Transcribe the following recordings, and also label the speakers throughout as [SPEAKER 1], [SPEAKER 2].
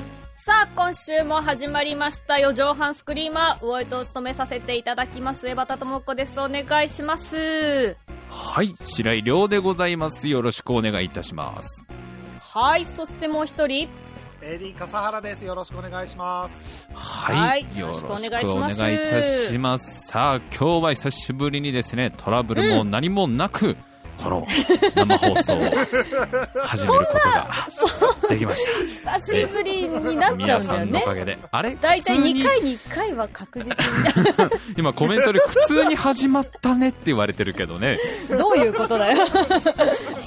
[SPEAKER 1] あ今週も始まりました四畳半スクリーマー魚井と務めさせていただきます江端智子ですお願いします
[SPEAKER 2] はい白井亮でございますよろしくお願いいたします
[SPEAKER 1] はいそしてもう一人
[SPEAKER 3] エリー笠原ですよろしくお願いします
[SPEAKER 2] はい、
[SPEAKER 1] はい
[SPEAKER 2] よろしくお願いい
[SPEAKER 1] よろしくお願いい
[SPEAKER 2] た
[SPEAKER 1] たし
[SPEAKER 2] しますさあ今日は久しぶりにですねトラブルも何もなく、この生放送を始めることができまし
[SPEAKER 1] 久しぶりにな
[SPEAKER 2] た
[SPEAKER 1] っち
[SPEAKER 2] 皆
[SPEAKER 1] ゃうんだ
[SPEAKER 2] さ
[SPEAKER 1] よ
[SPEAKER 2] んのお
[SPEAKER 1] ね
[SPEAKER 2] かげであれ
[SPEAKER 1] だいたい
[SPEAKER 2] 普通に
[SPEAKER 1] 2回に1回は確実
[SPEAKER 2] 今コメントで普通に始まったねって言われてるけどね
[SPEAKER 1] にどういうことだよ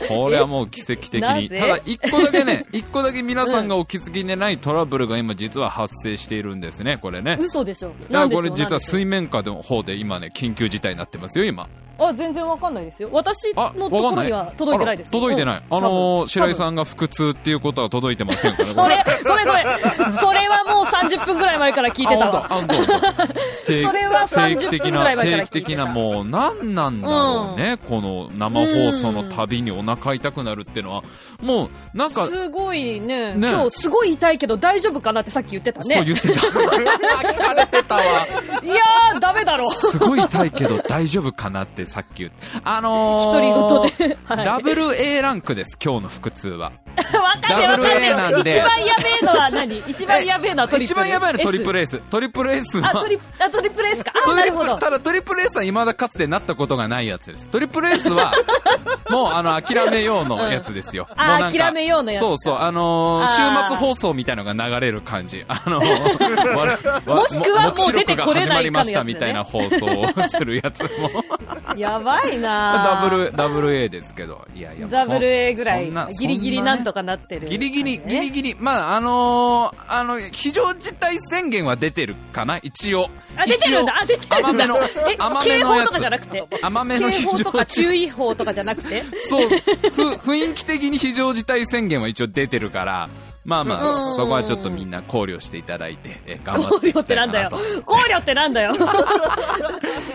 [SPEAKER 2] これはもう奇跡的
[SPEAKER 1] な
[SPEAKER 2] に
[SPEAKER 1] ぜ
[SPEAKER 2] ただ一個だけね一個だけ皆さんがお気づきでないトラブルが今実は発生しているんですねこれね
[SPEAKER 1] 嘘でしょ
[SPEAKER 2] だか
[SPEAKER 1] な
[SPEAKER 2] ら
[SPEAKER 1] んでしょ
[SPEAKER 2] これ
[SPEAKER 1] う
[SPEAKER 2] 実は
[SPEAKER 1] なんでしょう
[SPEAKER 2] 水面下の方で今ね緊急事態になってますよ今
[SPEAKER 1] あ全然わかんないですよ私
[SPEAKER 2] あ
[SPEAKER 1] のと
[SPEAKER 2] わか
[SPEAKER 1] こ
[SPEAKER 2] ん
[SPEAKER 1] ろ
[SPEAKER 2] ない
[SPEAKER 1] には届いてないです
[SPEAKER 2] あら届いてない、あのー白井
[SPEAKER 1] ん
[SPEAKER 2] さんが腹痛っていうことは届いてませんから
[SPEAKER 1] それごめんごめんそれはもう30分ぐらい前から聞いてたわ
[SPEAKER 2] あ本当あ本当定
[SPEAKER 1] それは
[SPEAKER 2] 定
[SPEAKER 1] 30
[SPEAKER 2] 期的
[SPEAKER 1] 分ぐらい
[SPEAKER 2] な
[SPEAKER 1] 前か
[SPEAKER 2] 定
[SPEAKER 1] ら聞い
[SPEAKER 2] 期
[SPEAKER 1] てた
[SPEAKER 2] 的なもう何なんだろうね、この生放送のたびにお腹痛くなるっていうのはもうなんか
[SPEAKER 1] すごいね
[SPEAKER 2] ね
[SPEAKER 1] 今日すごい痛いけど大丈夫かなってさっき言ってた
[SPEAKER 2] そう
[SPEAKER 1] ね
[SPEAKER 2] 言って た聞かれてたわ
[SPEAKER 1] いやーダメだろ
[SPEAKER 2] すごい痛いけど大丈夫かなってさっき言ってあのー、
[SPEAKER 1] 独り言ではい
[SPEAKER 2] ダブル A ランクです今日の腹痛は
[SPEAKER 1] わかんねえわかんね
[SPEAKER 2] WA
[SPEAKER 1] え
[SPEAKER 2] なんで
[SPEAKER 1] 一番やべえのは何一番やべえのはトリプル
[SPEAKER 2] 一番やばいのはトリプ
[SPEAKER 1] ル
[SPEAKER 2] ル S トリプル S は
[SPEAKER 1] あトリあトリプル S かあ
[SPEAKER 2] ト
[SPEAKER 1] な
[SPEAKER 2] リ
[SPEAKER 1] る
[SPEAKER 2] プ
[SPEAKER 1] ほど
[SPEAKER 2] ただトリプル S は未だかつてなったことがないやつですトリプル S はもうあの諦めようのやつですよ、
[SPEAKER 1] あー
[SPEAKER 2] もうなんか
[SPEAKER 1] 諦めようのやつ
[SPEAKER 2] そうそうあのー
[SPEAKER 1] あー
[SPEAKER 2] 週末放送みたいのが流れる感じあのー わわ
[SPEAKER 1] もしくはもう
[SPEAKER 2] 黙示
[SPEAKER 1] 出てこれない
[SPEAKER 2] 録
[SPEAKER 1] かのやつね
[SPEAKER 2] が始まりましたみたいな放送をするやつも
[SPEAKER 1] やばいな
[SPEAKER 2] ダブルダブル A ですけどいやいやもうそ
[SPEAKER 1] ダブル A ぐら
[SPEAKER 2] そ
[SPEAKER 1] い
[SPEAKER 2] んな
[SPEAKER 1] ギリギリ
[SPEAKER 2] そんな
[SPEAKER 1] な
[SPEAKER 2] ね
[SPEAKER 1] んとかなってる
[SPEAKER 2] ギリギリ、
[SPEAKER 1] 感じ
[SPEAKER 2] ギ
[SPEAKER 1] ね
[SPEAKER 2] リギリ、まあ、あのーあの、非常事態宣言は出てるかな、一応。
[SPEAKER 1] あ出てるんだ
[SPEAKER 2] 一応
[SPEAKER 1] あ出てる
[SPEAKER 2] 甘
[SPEAKER 1] んだ
[SPEAKER 2] めの
[SPEAKER 1] え、
[SPEAKER 2] 甘め
[SPEAKER 1] 警
[SPEAKER 2] の
[SPEAKER 1] 報
[SPEAKER 2] や
[SPEAKER 1] とかじゃな
[SPEAKER 2] つ。
[SPEAKER 1] くて
[SPEAKER 2] 甘め
[SPEAKER 1] 警
[SPEAKER 2] の非常
[SPEAKER 1] 報
[SPEAKER 2] 事
[SPEAKER 1] とか
[SPEAKER 2] 態。
[SPEAKER 1] 注意報とかじゃな くて
[SPEAKER 2] そう、ふ、雰囲気的に非常事態宣言は一応出てるから、まあま
[SPEAKER 1] うん
[SPEAKER 2] あ、そこはちょっとみんな考慮していただいて、え頑張
[SPEAKER 1] 考
[SPEAKER 2] ってい
[SPEAKER 1] 慮
[SPEAKER 2] き
[SPEAKER 1] って
[SPEAKER 2] た
[SPEAKER 1] ない
[SPEAKER 2] か
[SPEAKER 1] んだ
[SPEAKER 2] な
[SPEAKER 1] よ
[SPEAKER 2] と。
[SPEAKER 1] 考慮ってなんだよ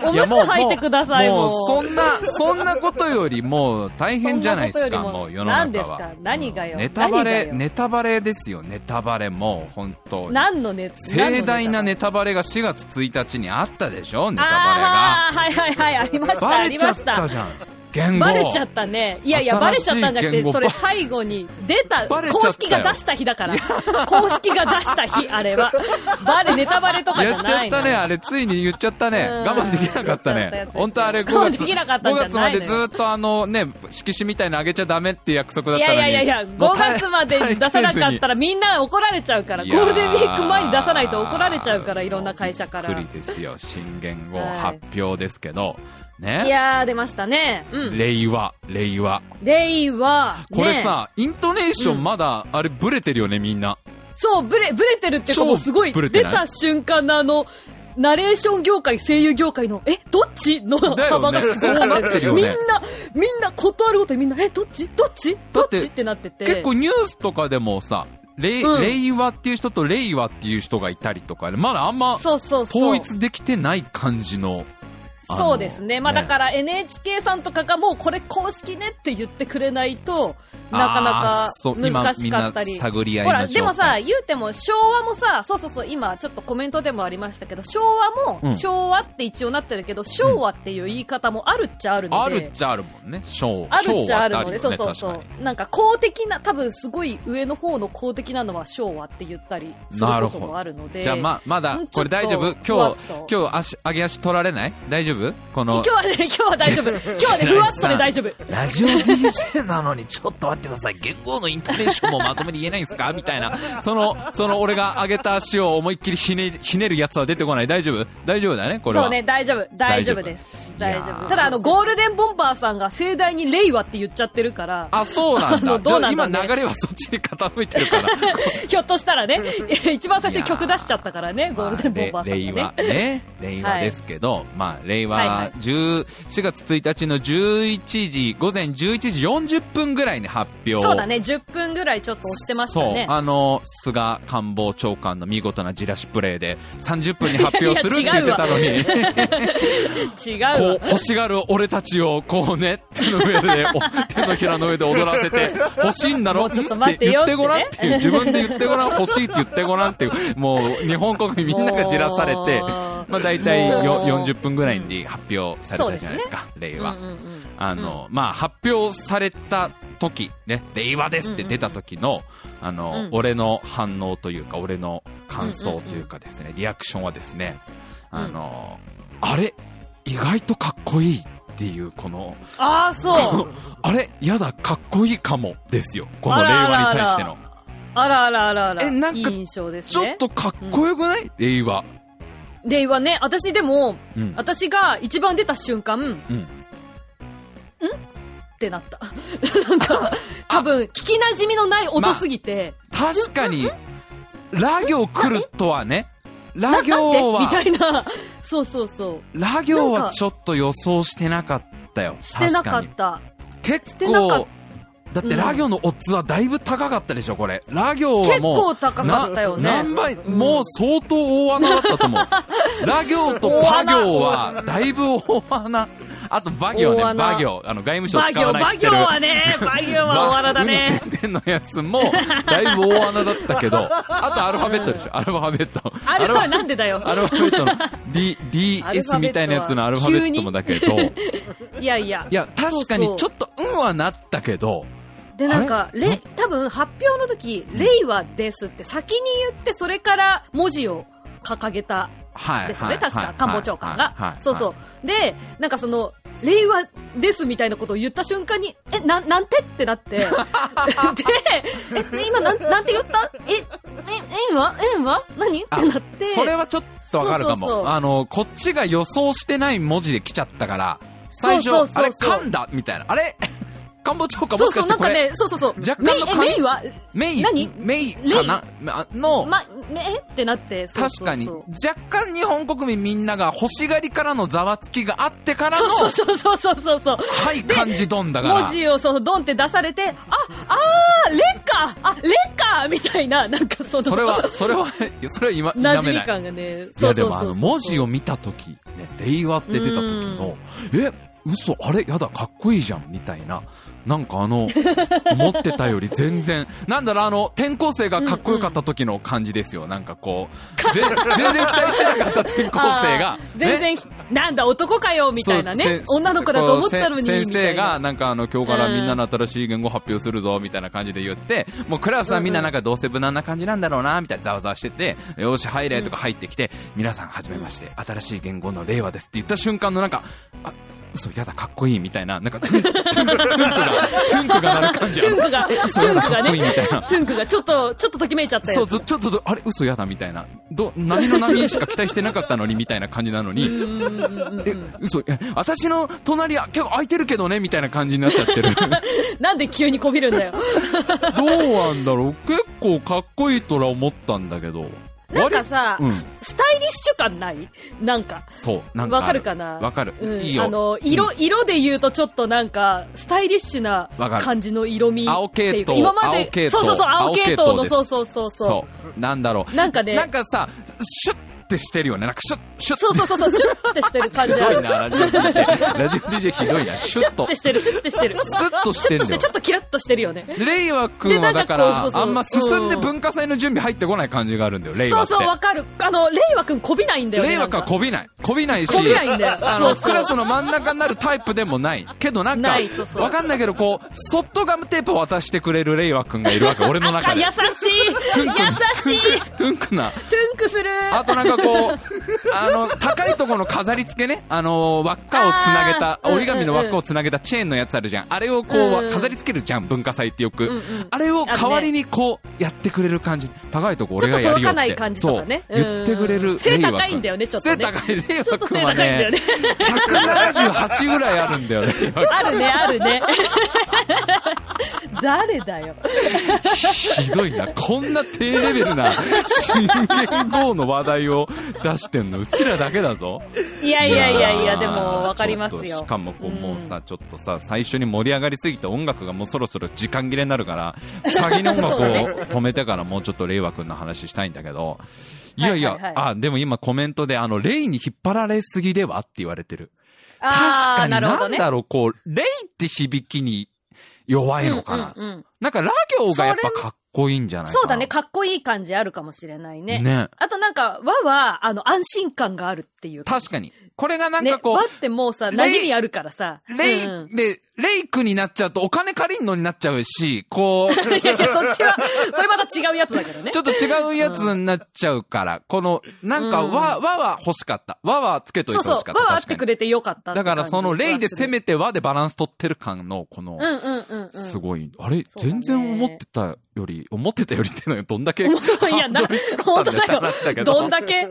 [SPEAKER 1] お
[SPEAKER 2] いや
[SPEAKER 1] むつ
[SPEAKER 2] もう
[SPEAKER 1] 履いてください
[SPEAKER 2] も
[SPEAKER 1] もう
[SPEAKER 2] うもうそんなそんなことよりもう大変じゃないです
[SPEAKER 1] そんな
[SPEAKER 2] か
[SPEAKER 1] ことより
[SPEAKER 2] もう世
[SPEAKER 1] も
[SPEAKER 2] の中は
[SPEAKER 1] 何ですか何がよ
[SPEAKER 2] うんネタバ
[SPEAKER 1] 何
[SPEAKER 2] レ
[SPEAKER 1] がよ
[SPEAKER 2] ネタバレですよネタバレもう本当に
[SPEAKER 1] 何の熱
[SPEAKER 2] 盛大なネ
[SPEAKER 1] タ
[SPEAKER 2] タバレが4月1日にあったでしょネタ
[SPEAKER 1] ああーはいはいはいあり
[SPEAKER 2] バレ
[SPEAKER 1] まし
[SPEAKER 2] が
[SPEAKER 1] たあ
[SPEAKER 2] バ
[SPEAKER 1] り
[SPEAKER 2] レちゃ
[SPEAKER 1] ま
[SPEAKER 2] っ
[SPEAKER 1] したた
[SPEAKER 2] じゃん言語
[SPEAKER 1] バレちゃったねいやいやバレ
[SPEAKER 2] 新
[SPEAKER 1] ち
[SPEAKER 2] し
[SPEAKER 1] ゃ
[SPEAKER 2] い
[SPEAKER 1] ったんじゃなく
[SPEAKER 2] 言
[SPEAKER 1] て
[SPEAKER 2] 語
[SPEAKER 1] それ最後に出た
[SPEAKER 2] バレちゃった
[SPEAKER 1] 公
[SPEAKER 2] よ
[SPEAKER 1] 式が出した日だから公式が出した日あれはバレネタバレとかじ
[SPEAKER 2] 言
[SPEAKER 1] ゃ
[SPEAKER 2] っちゃ
[SPEAKER 1] な
[SPEAKER 2] っ
[SPEAKER 1] いの
[SPEAKER 2] たねあれついに言っちゃったね
[SPEAKER 1] うん
[SPEAKER 2] 我慢できなかった
[SPEAKER 1] 言っちゃったや
[SPEAKER 2] ね
[SPEAKER 1] つ
[SPEAKER 2] 本当あれ5
[SPEAKER 1] 我慢
[SPEAKER 2] 月
[SPEAKER 1] できなかったん
[SPEAKER 2] 5
[SPEAKER 1] じゃ
[SPEAKER 2] 月
[SPEAKER 1] な
[SPEAKER 2] ま
[SPEAKER 1] いのよ
[SPEAKER 2] でずっとあのね色紙みたいのあげちゃダメっていう約束だっ
[SPEAKER 1] い
[SPEAKER 2] た
[SPEAKER 1] や
[SPEAKER 2] のに
[SPEAKER 1] いやいやいや、5
[SPEAKER 2] もう耐え
[SPEAKER 1] 月までに出さなかったらみんな怒られちゃうから、
[SPEAKER 2] い
[SPEAKER 1] ゴ
[SPEAKER 2] やー
[SPEAKER 1] ールデンウィーク前に出さないと怒られちゃうから、いろんな会社から。
[SPEAKER 2] びっくりですよ新元号発表ですけど、ね
[SPEAKER 1] やー、出ましたね。うん。
[SPEAKER 2] 令和令和
[SPEAKER 1] レイは、ね
[SPEAKER 2] これさ、イントネーションまだ、あれブレてるよねみんな
[SPEAKER 1] そう、ブレ、ブレてるっていうか
[SPEAKER 2] 超
[SPEAKER 1] もうすごい、
[SPEAKER 2] ブ
[SPEAKER 1] 出
[SPEAKER 2] レてない
[SPEAKER 1] た瞬間のあの、ナレーション業界、声優業界の、え、どっちの
[SPEAKER 2] だよね
[SPEAKER 1] 幅がすごい
[SPEAKER 2] そうなってるよ
[SPEAKER 1] み
[SPEAKER 2] ね
[SPEAKER 1] んな、みんな断るごとにみんな、え、どっちどっちどっ
[SPEAKER 2] だっ
[SPEAKER 1] ち
[SPEAKER 2] て
[SPEAKER 1] ってなってて。
[SPEAKER 2] 結構ニュースとかでもさ令,、
[SPEAKER 1] うん
[SPEAKER 2] 令和っていう人と令和っていう人がいたりとかまだあんま
[SPEAKER 1] そうそうそう。
[SPEAKER 2] 統一できてない感じのあの
[SPEAKER 1] そうですね、まあ、
[SPEAKER 2] ね
[SPEAKER 1] だから NHK さんとかがもうこれ公式ねって言ってくれないとなか
[SPEAKER 2] あーそう
[SPEAKER 1] なか
[SPEAKER 2] 今
[SPEAKER 1] 難しかった
[SPEAKER 2] みん
[SPEAKER 1] り。
[SPEAKER 2] な探り合い
[SPEAKER 1] ほ
[SPEAKER 2] ましょ
[SPEAKER 1] ら
[SPEAKER 2] う
[SPEAKER 1] でもさ、言うても昭和もさそうそうそう今、ちょっとコメントでもありましたけど昭和
[SPEAKER 2] う
[SPEAKER 1] も
[SPEAKER 2] ん
[SPEAKER 1] 昭和って一応なってるけど、昭和っていう言い方もあるっちゃあるの
[SPEAKER 2] あ
[SPEAKER 1] で。
[SPEAKER 2] るっちゃあるもんね昭
[SPEAKER 1] あるっちゃある
[SPEAKER 2] 昭和
[SPEAKER 1] ので、
[SPEAKER 2] って
[SPEAKER 1] そ
[SPEAKER 2] あ
[SPEAKER 1] う
[SPEAKER 2] るよね
[SPEAKER 1] そうそう
[SPEAKER 2] 確かに。
[SPEAKER 1] なんか公的な、多分すごい上の方の公的なのは昭和って言ったりする
[SPEAKER 2] な
[SPEAKER 1] こ
[SPEAKER 2] る
[SPEAKER 1] と
[SPEAKER 2] ほ
[SPEAKER 1] も
[SPEAKER 2] ど
[SPEAKER 1] あるので。
[SPEAKER 2] じゃあままだ
[SPEAKER 1] うん
[SPEAKER 2] こ
[SPEAKER 1] ちょ
[SPEAKER 2] れ
[SPEAKER 1] っと
[SPEAKER 2] 大丈夫
[SPEAKER 1] ふわっ
[SPEAKER 2] 今
[SPEAKER 1] と
[SPEAKER 2] 日今日足上げ足取られない大丈夫この
[SPEAKER 1] 今日 はね、今日は大丈夫。今日はね、ふわっとで大丈夫。
[SPEAKER 2] ラジオ DJ なのにちょっと待ってください言語のイントネーションもまとめて言えないんですかみたいなそのその俺が上げた足を思いっきりひねひねるやつは出てこない大丈夫大丈夫だねこれは
[SPEAKER 1] そうね、大丈夫、大丈夫
[SPEAKER 2] 大丈夫
[SPEAKER 1] です。大
[SPEAKER 2] いや
[SPEAKER 1] 丈夫。
[SPEAKER 2] ー
[SPEAKER 1] ただ、あの、ゴールデンボンバーさんが盛大に令和って言っちゃってるから、
[SPEAKER 2] あそうな
[SPEAKER 1] あ
[SPEAKER 2] んだ
[SPEAKER 1] の どうなんだね
[SPEAKER 2] じゃあ今流れはそっちに傾いてるから
[SPEAKER 1] ひょっとし たらね、一番最初に
[SPEAKER 2] いやー
[SPEAKER 1] 曲出しちゃったからね、ゴールデン ボンバーさんが
[SPEAKER 2] ま
[SPEAKER 1] ね
[SPEAKER 2] あ。れ令和ね令和ですけど、まあ令和
[SPEAKER 1] はいはい
[SPEAKER 2] 10 4月1日の11時午前11時40分ぐらいに発表
[SPEAKER 1] そうだね、10分ぐらいちょっと押してましたね
[SPEAKER 2] そう、。あの、菅官房長官の見事なじらしプレーで、30分に発表するって言ってたのに、
[SPEAKER 1] 違う
[SPEAKER 2] こう欲しがる俺たちをこうね手の上でお手のひらの上で踊らせ て欲しいんだろ
[SPEAKER 1] もうちょっと待ってよ
[SPEAKER 2] ん
[SPEAKER 1] っ
[SPEAKER 2] ってて言って
[SPEAKER 1] ね
[SPEAKER 2] ごらんっていう自分で言ってごらん欲しいって言ってごらんっていうもう日本国民みんながじらされて
[SPEAKER 1] もう
[SPEAKER 2] まあ大体よ
[SPEAKER 1] もう
[SPEAKER 2] 40分ぐらいに発表されたじゃないですか令和。
[SPEAKER 1] うんうんうん
[SPEAKER 2] あの、まあ、発表された時、ね、令和ですって出た時の、あの、
[SPEAKER 1] うん
[SPEAKER 2] 俺の反応というか、俺の感想というかですね、リアクションはですね、あの、あれ意外とかっこいいっていう、この、
[SPEAKER 1] ああ、そう。
[SPEAKER 2] あれやだ、かっこいいかも、ですよ。この令和に対しての。
[SPEAKER 1] あらあらあらあら。
[SPEAKER 2] えなんか
[SPEAKER 1] いい印象です
[SPEAKER 2] ちょっ
[SPEAKER 1] ね。
[SPEAKER 2] とかっこよくない、令和。
[SPEAKER 1] 令和ね、私でも、
[SPEAKER 2] うん。
[SPEAKER 1] 私が一番出た瞬間、
[SPEAKER 2] うん。
[SPEAKER 1] ってなった。 なんか、多分、聞き馴染みのない音すぎて、
[SPEAKER 2] 確かに、ラ行来るとはね、ラ
[SPEAKER 1] ななん
[SPEAKER 2] 行
[SPEAKER 1] でみ
[SPEAKER 2] は
[SPEAKER 1] た、いな。そうそうそう。
[SPEAKER 2] ラ行
[SPEAKER 1] なん
[SPEAKER 2] は
[SPEAKER 1] か
[SPEAKER 2] ちょっと予想してなかったよ。
[SPEAKER 1] してなかっ
[SPEAKER 2] 確に
[SPEAKER 1] た。し
[SPEAKER 2] 結
[SPEAKER 1] てなかっ
[SPEAKER 2] 構、だってラ行のオッズはだいぶ高かったでしょ、これ。ラ行は
[SPEAKER 1] 結
[SPEAKER 2] も
[SPEAKER 1] 構
[SPEAKER 2] う、
[SPEAKER 1] 高かったよね。
[SPEAKER 2] な何倍、もう相当大穴だったと思 う。ラ行とパ行はだいぶ大穴。あと馬行ね、
[SPEAKER 1] 大穴
[SPEAKER 2] 馬行。あの、外務省
[SPEAKER 1] バ
[SPEAKER 2] 使
[SPEAKER 1] 行、
[SPEAKER 2] わない
[SPEAKER 1] バ
[SPEAKER 2] っつって
[SPEAKER 1] 行
[SPEAKER 2] る。
[SPEAKER 1] はね、バ行は大穴だね。
[SPEAKER 2] ウニ点々のやつも、だいぶ大穴だったけど、あとアルファベットでしょ、アルファベット。
[SPEAKER 1] あれ
[SPEAKER 2] アルファ
[SPEAKER 1] はなんでだよ。
[SPEAKER 2] アルファベッ トの D、
[SPEAKER 1] アル
[SPEAKER 2] DS
[SPEAKER 1] ファベットは
[SPEAKER 2] みたいなやつのアルファベットもだけど、い
[SPEAKER 1] いやいや。
[SPEAKER 2] や、確かにちょっとうんはなったけど、
[SPEAKER 1] でなん
[SPEAKER 2] あ
[SPEAKER 1] か
[SPEAKER 2] れ
[SPEAKER 1] れ多分発表の時「令和です」って先に言ってそれから文字を掲げた
[SPEAKER 2] はい。
[SPEAKER 1] ですよ
[SPEAKER 2] は
[SPEAKER 1] ね
[SPEAKER 2] い
[SPEAKER 1] 確か官房長官
[SPEAKER 2] はいは
[SPEAKER 1] が
[SPEAKER 2] い
[SPEAKER 1] そうそうでなんかその「令和です」みたいなことを言った瞬間に「えななんて?」ってなって で「え今なんなんて言ったえええんはえんは何?」って
[SPEAKER 2] あ
[SPEAKER 1] なって
[SPEAKER 2] それはちょっとわかるかも
[SPEAKER 1] そうそうそう
[SPEAKER 2] あのこっちが予想してない文字で来ちゃったから最初
[SPEAKER 1] そうそうそうそう
[SPEAKER 2] あれ噛んだみたいなあれ 官房長官
[SPEAKER 1] そ
[SPEAKER 2] も
[SPEAKER 1] う
[SPEAKER 2] しか
[SPEAKER 1] そう
[SPEAKER 2] して
[SPEAKER 1] なん
[SPEAKER 2] こ
[SPEAKER 1] か
[SPEAKER 2] れ、
[SPEAKER 1] ねそうそうそう
[SPEAKER 2] 若干
[SPEAKER 1] メイ
[SPEAKER 2] の
[SPEAKER 1] え
[SPEAKER 2] 紙
[SPEAKER 1] メイは
[SPEAKER 2] メイ
[SPEAKER 1] 何
[SPEAKER 2] メイかなあの、
[SPEAKER 1] まねえってなってそう
[SPEAKER 2] 確
[SPEAKER 1] そうそう
[SPEAKER 2] かに若干日本国民みんなが欲しがりからのざわつきがあってからの
[SPEAKER 1] そうそうそうそうそうそう
[SPEAKER 2] はい感じどんだから
[SPEAKER 1] 文字をそうドンって出されてああーレッカーあレッカーみたいななんかその
[SPEAKER 2] それはそれはそれは今否めな
[SPEAKER 1] 馴
[SPEAKER 2] い
[SPEAKER 1] 染み感がね
[SPEAKER 2] いやでもあの文字
[SPEAKER 1] を
[SPEAKER 2] を見た時、ね、令和って出た時の、え、嘘、あれやだ、かっこいいじゃん、みたいな。なんかあ の、思ってたより全然、なんだろう、あの、転校生がかっこよかった時の感じですよ。なんかこ う、ぜ全然期待してなかった転校生が。
[SPEAKER 1] 全
[SPEAKER 2] ね
[SPEAKER 1] 然なんだ男かよみたいな
[SPEAKER 2] そう
[SPEAKER 1] ね
[SPEAKER 2] せ
[SPEAKER 1] 女の子だと思ったのに
[SPEAKER 2] せ先
[SPEAKER 1] みた
[SPEAKER 2] 生
[SPEAKER 1] い
[SPEAKER 2] が
[SPEAKER 1] な
[SPEAKER 2] なんかあの今日から
[SPEAKER 1] うん
[SPEAKER 2] みんなの新しい言語発表するぞみたいな感じで言って、もうクラスはみんななんかどうせ無難な感じなんだろうなみたいなざわざわしてて、よーし入れとか入ってきて、皆さんはじめまして新しい言語の令和ですって言った瞬間のなんかあ嘘やだかっこいいみたいななんかトゥントゥントゥントゥンクがトゥンクがなる感じ
[SPEAKER 1] トゥンクがト ゥンクが
[SPEAKER 2] かっこい
[SPEAKER 1] ね
[SPEAKER 2] いみたいな
[SPEAKER 1] トゥンクがちょっとちょっとときめいちゃった
[SPEAKER 2] そ
[SPEAKER 1] よ
[SPEAKER 2] うずちょっとあれ嘘やだみたいなど波の波しか期待してなかったのにみたいな感じなのにえ嘘いや私の隣あ結構空いてるけどねみたいな感じになっちゃって る
[SPEAKER 1] なんで急にこびるんだよ
[SPEAKER 2] どうなんだろう結構かっこいいとら思ったんだけど
[SPEAKER 1] なんかさ
[SPEAKER 2] 割り
[SPEAKER 1] ススタイリッシュ感ないなんか
[SPEAKER 2] うんそうなんかあ
[SPEAKER 1] わかるかな
[SPEAKER 2] わかる、
[SPEAKER 1] うん
[SPEAKER 2] いいよ
[SPEAKER 1] あの色、
[SPEAKER 2] うん
[SPEAKER 1] 色で言うとちょっとなんかスタイリッシュな
[SPEAKER 2] わかる
[SPEAKER 1] 感じの色味っていうか
[SPEAKER 2] 青系統
[SPEAKER 1] 今ま
[SPEAKER 2] 青系
[SPEAKER 1] で
[SPEAKER 2] 統
[SPEAKER 1] そうそうそう青系統の
[SPEAKER 2] 青系統です
[SPEAKER 1] そうそうそうそ
[SPEAKER 2] そうなんだろう
[SPEAKER 1] なんかね
[SPEAKER 2] なんかさシュッてしてるよねなんかシュッシュ
[SPEAKER 1] う
[SPEAKER 2] ッ
[SPEAKER 1] そうそうそうそうシュッてしてる感じ
[SPEAKER 2] ひ
[SPEAKER 1] あ
[SPEAKER 2] ど
[SPEAKER 1] る
[SPEAKER 2] いなラジオ DJ ラジオ DJ ひどいなシュ
[SPEAKER 1] シュ
[SPEAKER 2] ッ
[SPEAKER 1] ッ
[SPEAKER 2] と
[SPEAKER 1] てしてるシュッてしてるシ
[SPEAKER 2] スッとして
[SPEAKER 1] ュ
[SPEAKER 2] ん
[SPEAKER 1] ッ
[SPEAKER 2] だよ
[SPEAKER 1] としてちょっとキラッとしてるよね
[SPEAKER 2] レイワ君はだか
[SPEAKER 1] でなんかこ
[SPEAKER 2] ら
[SPEAKER 1] うそうそう
[SPEAKER 2] あんま進んで文化祭の準備入ってこない感じがあるんだよレイ
[SPEAKER 1] そ
[SPEAKER 2] ワ
[SPEAKER 1] う
[SPEAKER 2] って
[SPEAKER 1] そうわかるあの令和くんこびないんだよね
[SPEAKER 2] 令和かこびないこびないし
[SPEAKER 1] 媚びないんだよ
[SPEAKER 2] あの
[SPEAKER 1] そうそう
[SPEAKER 2] クラスの真ん中になるタイプでもないけどなんか
[SPEAKER 1] ないそうそう
[SPEAKER 2] わかんないけどこうそっとガムテープを渡してくれる令和君がいるわけ俺の
[SPEAKER 1] 赤
[SPEAKER 2] 中
[SPEAKER 1] 優し
[SPEAKER 2] で
[SPEAKER 1] い優しい
[SPEAKER 2] トゥンクな
[SPEAKER 1] トゥンクする
[SPEAKER 2] あとなんかこうあの高いところの飾り付けねあの輪っかをつなげた
[SPEAKER 1] あー
[SPEAKER 2] 折り紙の輪っかをつなげたチェーンのやつあるじゃんあれをこう、
[SPEAKER 1] うんうん
[SPEAKER 2] 飾り付けるじゃん文化祭ってよく、
[SPEAKER 1] んうん
[SPEAKER 2] あれを代わりにこうやってくれる感じ高いとこ俺がやる
[SPEAKER 1] ちょっと
[SPEAKER 2] よ
[SPEAKER 1] 届か
[SPEAKER 2] っ
[SPEAKER 1] な
[SPEAKER 2] て
[SPEAKER 1] い感じとかね
[SPEAKER 2] そう言ってくれ
[SPEAKER 1] うん
[SPEAKER 2] る
[SPEAKER 1] 背
[SPEAKER 2] 令和君
[SPEAKER 1] 高いんだよねちょっとね
[SPEAKER 2] 背高い令
[SPEAKER 1] ちょ
[SPEAKER 2] 和
[SPEAKER 1] っと
[SPEAKER 2] 君
[SPEAKER 1] 背高い
[SPEAKER 2] は
[SPEAKER 1] んだよ
[SPEAKER 2] ね
[SPEAKER 1] ね
[SPEAKER 2] 178ぐらいあるんだよね
[SPEAKER 1] あるねあるね 誰だよ
[SPEAKER 2] ひどいなこんな低レベルな新元号の話題を出してんのうちらだけだぞ
[SPEAKER 1] いやいやいやいや、
[SPEAKER 2] ー
[SPEAKER 1] でもわかります
[SPEAKER 2] ちょっ
[SPEAKER 1] よ
[SPEAKER 2] とし。かもこう、
[SPEAKER 1] うん
[SPEAKER 2] もうさ、ちょっとさ、最初に盛り上がりすぎた音楽がもうそろそろ時間切れになる から、詐欺の音楽
[SPEAKER 1] そうね
[SPEAKER 2] を止めてからもうちょっと令和くんの話したいんだけど、いやいや、
[SPEAKER 1] はいはいは
[SPEAKER 2] あ、でも今コメントで、あの、レイに引っ張られすぎではって言われてる。確
[SPEAKER 1] あー
[SPEAKER 2] かに、
[SPEAKER 1] なるほ
[SPEAKER 2] な
[SPEAKER 1] ど
[SPEAKER 2] ん
[SPEAKER 1] ね
[SPEAKER 2] だろう、こう、レイって響きに弱いのかな。
[SPEAKER 1] うんうんうん
[SPEAKER 2] なんか、ラ行がやっぱかっこいいんじゃないかな。
[SPEAKER 1] そうだね、かっこいい感じあるかもしれないね。
[SPEAKER 2] ね。
[SPEAKER 1] あとなんか、和は、あの、安心感があるっていう。
[SPEAKER 2] 確かに。これがなん
[SPEAKER 1] ね
[SPEAKER 2] か、こ
[SPEAKER 1] 和ってもうさ、
[SPEAKER 2] レイ
[SPEAKER 1] 馴染みあるからさ。
[SPEAKER 2] う、レイ、
[SPEAKER 1] うん
[SPEAKER 2] で、レイクになっちゃうとお金借りんのになっちゃうし、こ う、
[SPEAKER 1] いやいや、そっち は、それまた違うやつだけどね
[SPEAKER 2] ち。ょっと違うやつになっちゃうから、この、なんか、
[SPEAKER 1] うん
[SPEAKER 2] 和、和は欲しかった。和はつけとい
[SPEAKER 1] そ
[SPEAKER 2] て
[SPEAKER 1] う
[SPEAKER 2] 欲
[SPEAKER 1] そ
[SPEAKER 2] しか、
[SPEAKER 1] う
[SPEAKER 2] った。
[SPEAKER 1] 和はあっ
[SPEAKER 2] 確か
[SPEAKER 1] て
[SPEAKER 2] に
[SPEAKER 1] くれてよかったって
[SPEAKER 2] だ
[SPEAKER 1] 感じ
[SPEAKER 2] からその、レイで攻
[SPEAKER 1] る。
[SPEAKER 2] めて和でバランス取ってる感の、この、
[SPEAKER 1] うんうんうんう ん。
[SPEAKER 2] すごい。あれ、
[SPEAKER 1] そうだね
[SPEAKER 2] 全然思ってたより、思ってたよりってのはどんだけ。
[SPEAKER 1] もう いや、な、本当
[SPEAKER 2] だって
[SPEAKER 1] だ
[SPEAKER 2] 話 だけ
[SPEAKER 1] よ。
[SPEAKER 2] ど
[SPEAKER 1] どんだけ、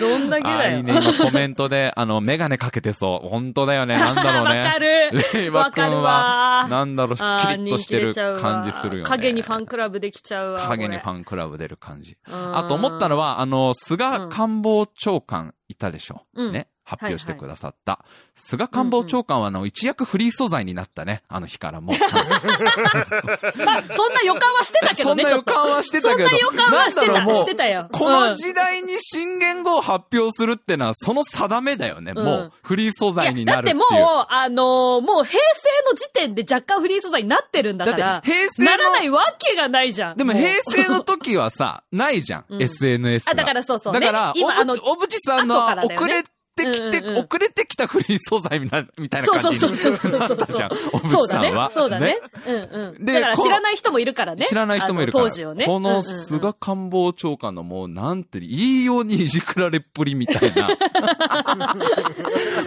[SPEAKER 1] どんだけ
[SPEAKER 2] あ
[SPEAKER 1] だ
[SPEAKER 2] ーい
[SPEAKER 1] よ。
[SPEAKER 2] いね、今コメントで、あの、メガネかけてそう。本当だよね、なんだろう
[SPEAKER 1] わか
[SPEAKER 2] ね。
[SPEAKER 1] る。
[SPEAKER 2] レイワ君は
[SPEAKER 1] わか、るわ
[SPEAKER 2] なんだろう、
[SPEAKER 1] あ
[SPEAKER 2] キ
[SPEAKER 1] ー
[SPEAKER 2] リッとしてる感じするよね。
[SPEAKER 1] 影にファンクラブできちゃうわ。
[SPEAKER 2] 影にフ
[SPEAKER 1] ン。
[SPEAKER 2] ァンクラブ出る感じ。
[SPEAKER 1] あ
[SPEAKER 2] あと思ったのは、あの、菅
[SPEAKER 1] うん
[SPEAKER 2] 官房長官いたでしょ。
[SPEAKER 1] うん
[SPEAKER 2] ね。発表してくださった。菅官房長官は、あの、一躍フリー素材になったね。あの日から もう。
[SPEAKER 1] まあ、そんな予感はしてたけ
[SPEAKER 2] そ
[SPEAKER 1] ど
[SPEAKER 2] ん
[SPEAKER 1] ね、
[SPEAKER 2] な
[SPEAKER 1] ちょ
[SPEAKER 2] 予
[SPEAKER 1] っと。
[SPEAKER 2] 感はしてたけど。
[SPEAKER 1] そんな予感はして
[SPEAKER 2] なんだろう
[SPEAKER 1] た。
[SPEAKER 2] も
[SPEAKER 1] し
[SPEAKER 2] う
[SPEAKER 1] てたよ。
[SPEAKER 2] この
[SPEAKER 1] うん
[SPEAKER 2] 時代に新元号を発表するってのは、その定めだよね。
[SPEAKER 1] うん
[SPEAKER 2] もう、フリー素材に
[SPEAKER 1] い
[SPEAKER 2] な
[SPEAKER 1] やだっ
[SPEAKER 2] るって
[SPEAKER 1] て
[SPEAKER 2] いう。
[SPEAKER 1] もう、あのーもう平成の時点で若干フリー素材になってるんだから、
[SPEAKER 2] って平成の
[SPEAKER 1] ならないわけがないじゃん。
[SPEAKER 2] でも
[SPEAKER 1] う
[SPEAKER 2] 平成の時はさ、ないじゃん。
[SPEAKER 1] うん
[SPEAKER 2] SNS が。
[SPEAKER 1] あだからそうそう
[SPEAKER 2] だ
[SPEAKER 1] ね
[SPEAKER 2] から、
[SPEAKER 1] 今
[SPEAKER 2] お
[SPEAKER 1] あ
[SPEAKER 2] ぶ
[SPEAKER 1] の
[SPEAKER 2] ちおぶちさんの
[SPEAKER 1] 後
[SPEAKER 2] 遅
[SPEAKER 1] からだよ
[SPEAKER 2] れ
[SPEAKER 1] ね
[SPEAKER 2] てきて、
[SPEAKER 1] うんうんうん
[SPEAKER 2] 遅れてきたフリー素材みたいなみたいな
[SPEAKER 1] そうそ
[SPEAKER 2] 感
[SPEAKER 1] う
[SPEAKER 2] じ
[SPEAKER 1] そうそうそう
[SPEAKER 2] にな
[SPEAKER 1] そ
[SPEAKER 2] っ
[SPEAKER 1] うそ
[SPEAKER 2] た
[SPEAKER 1] う
[SPEAKER 2] じゃん。おぶ
[SPEAKER 1] そう
[SPEAKER 2] ち
[SPEAKER 1] だ
[SPEAKER 2] さんは
[SPEAKER 1] ね。。そうだね。うんうん。
[SPEAKER 2] で
[SPEAKER 1] だから
[SPEAKER 2] こ
[SPEAKER 1] 知らない人もいるからね。
[SPEAKER 2] 知らない人もいるから。
[SPEAKER 1] あの当時をね。
[SPEAKER 2] こ
[SPEAKER 1] うんうんう
[SPEAKER 2] の
[SPEAKER 1] ん
[SPEAKER 2] 菅官房長官のもうなんて言いようにいじくられっぷりみた いな。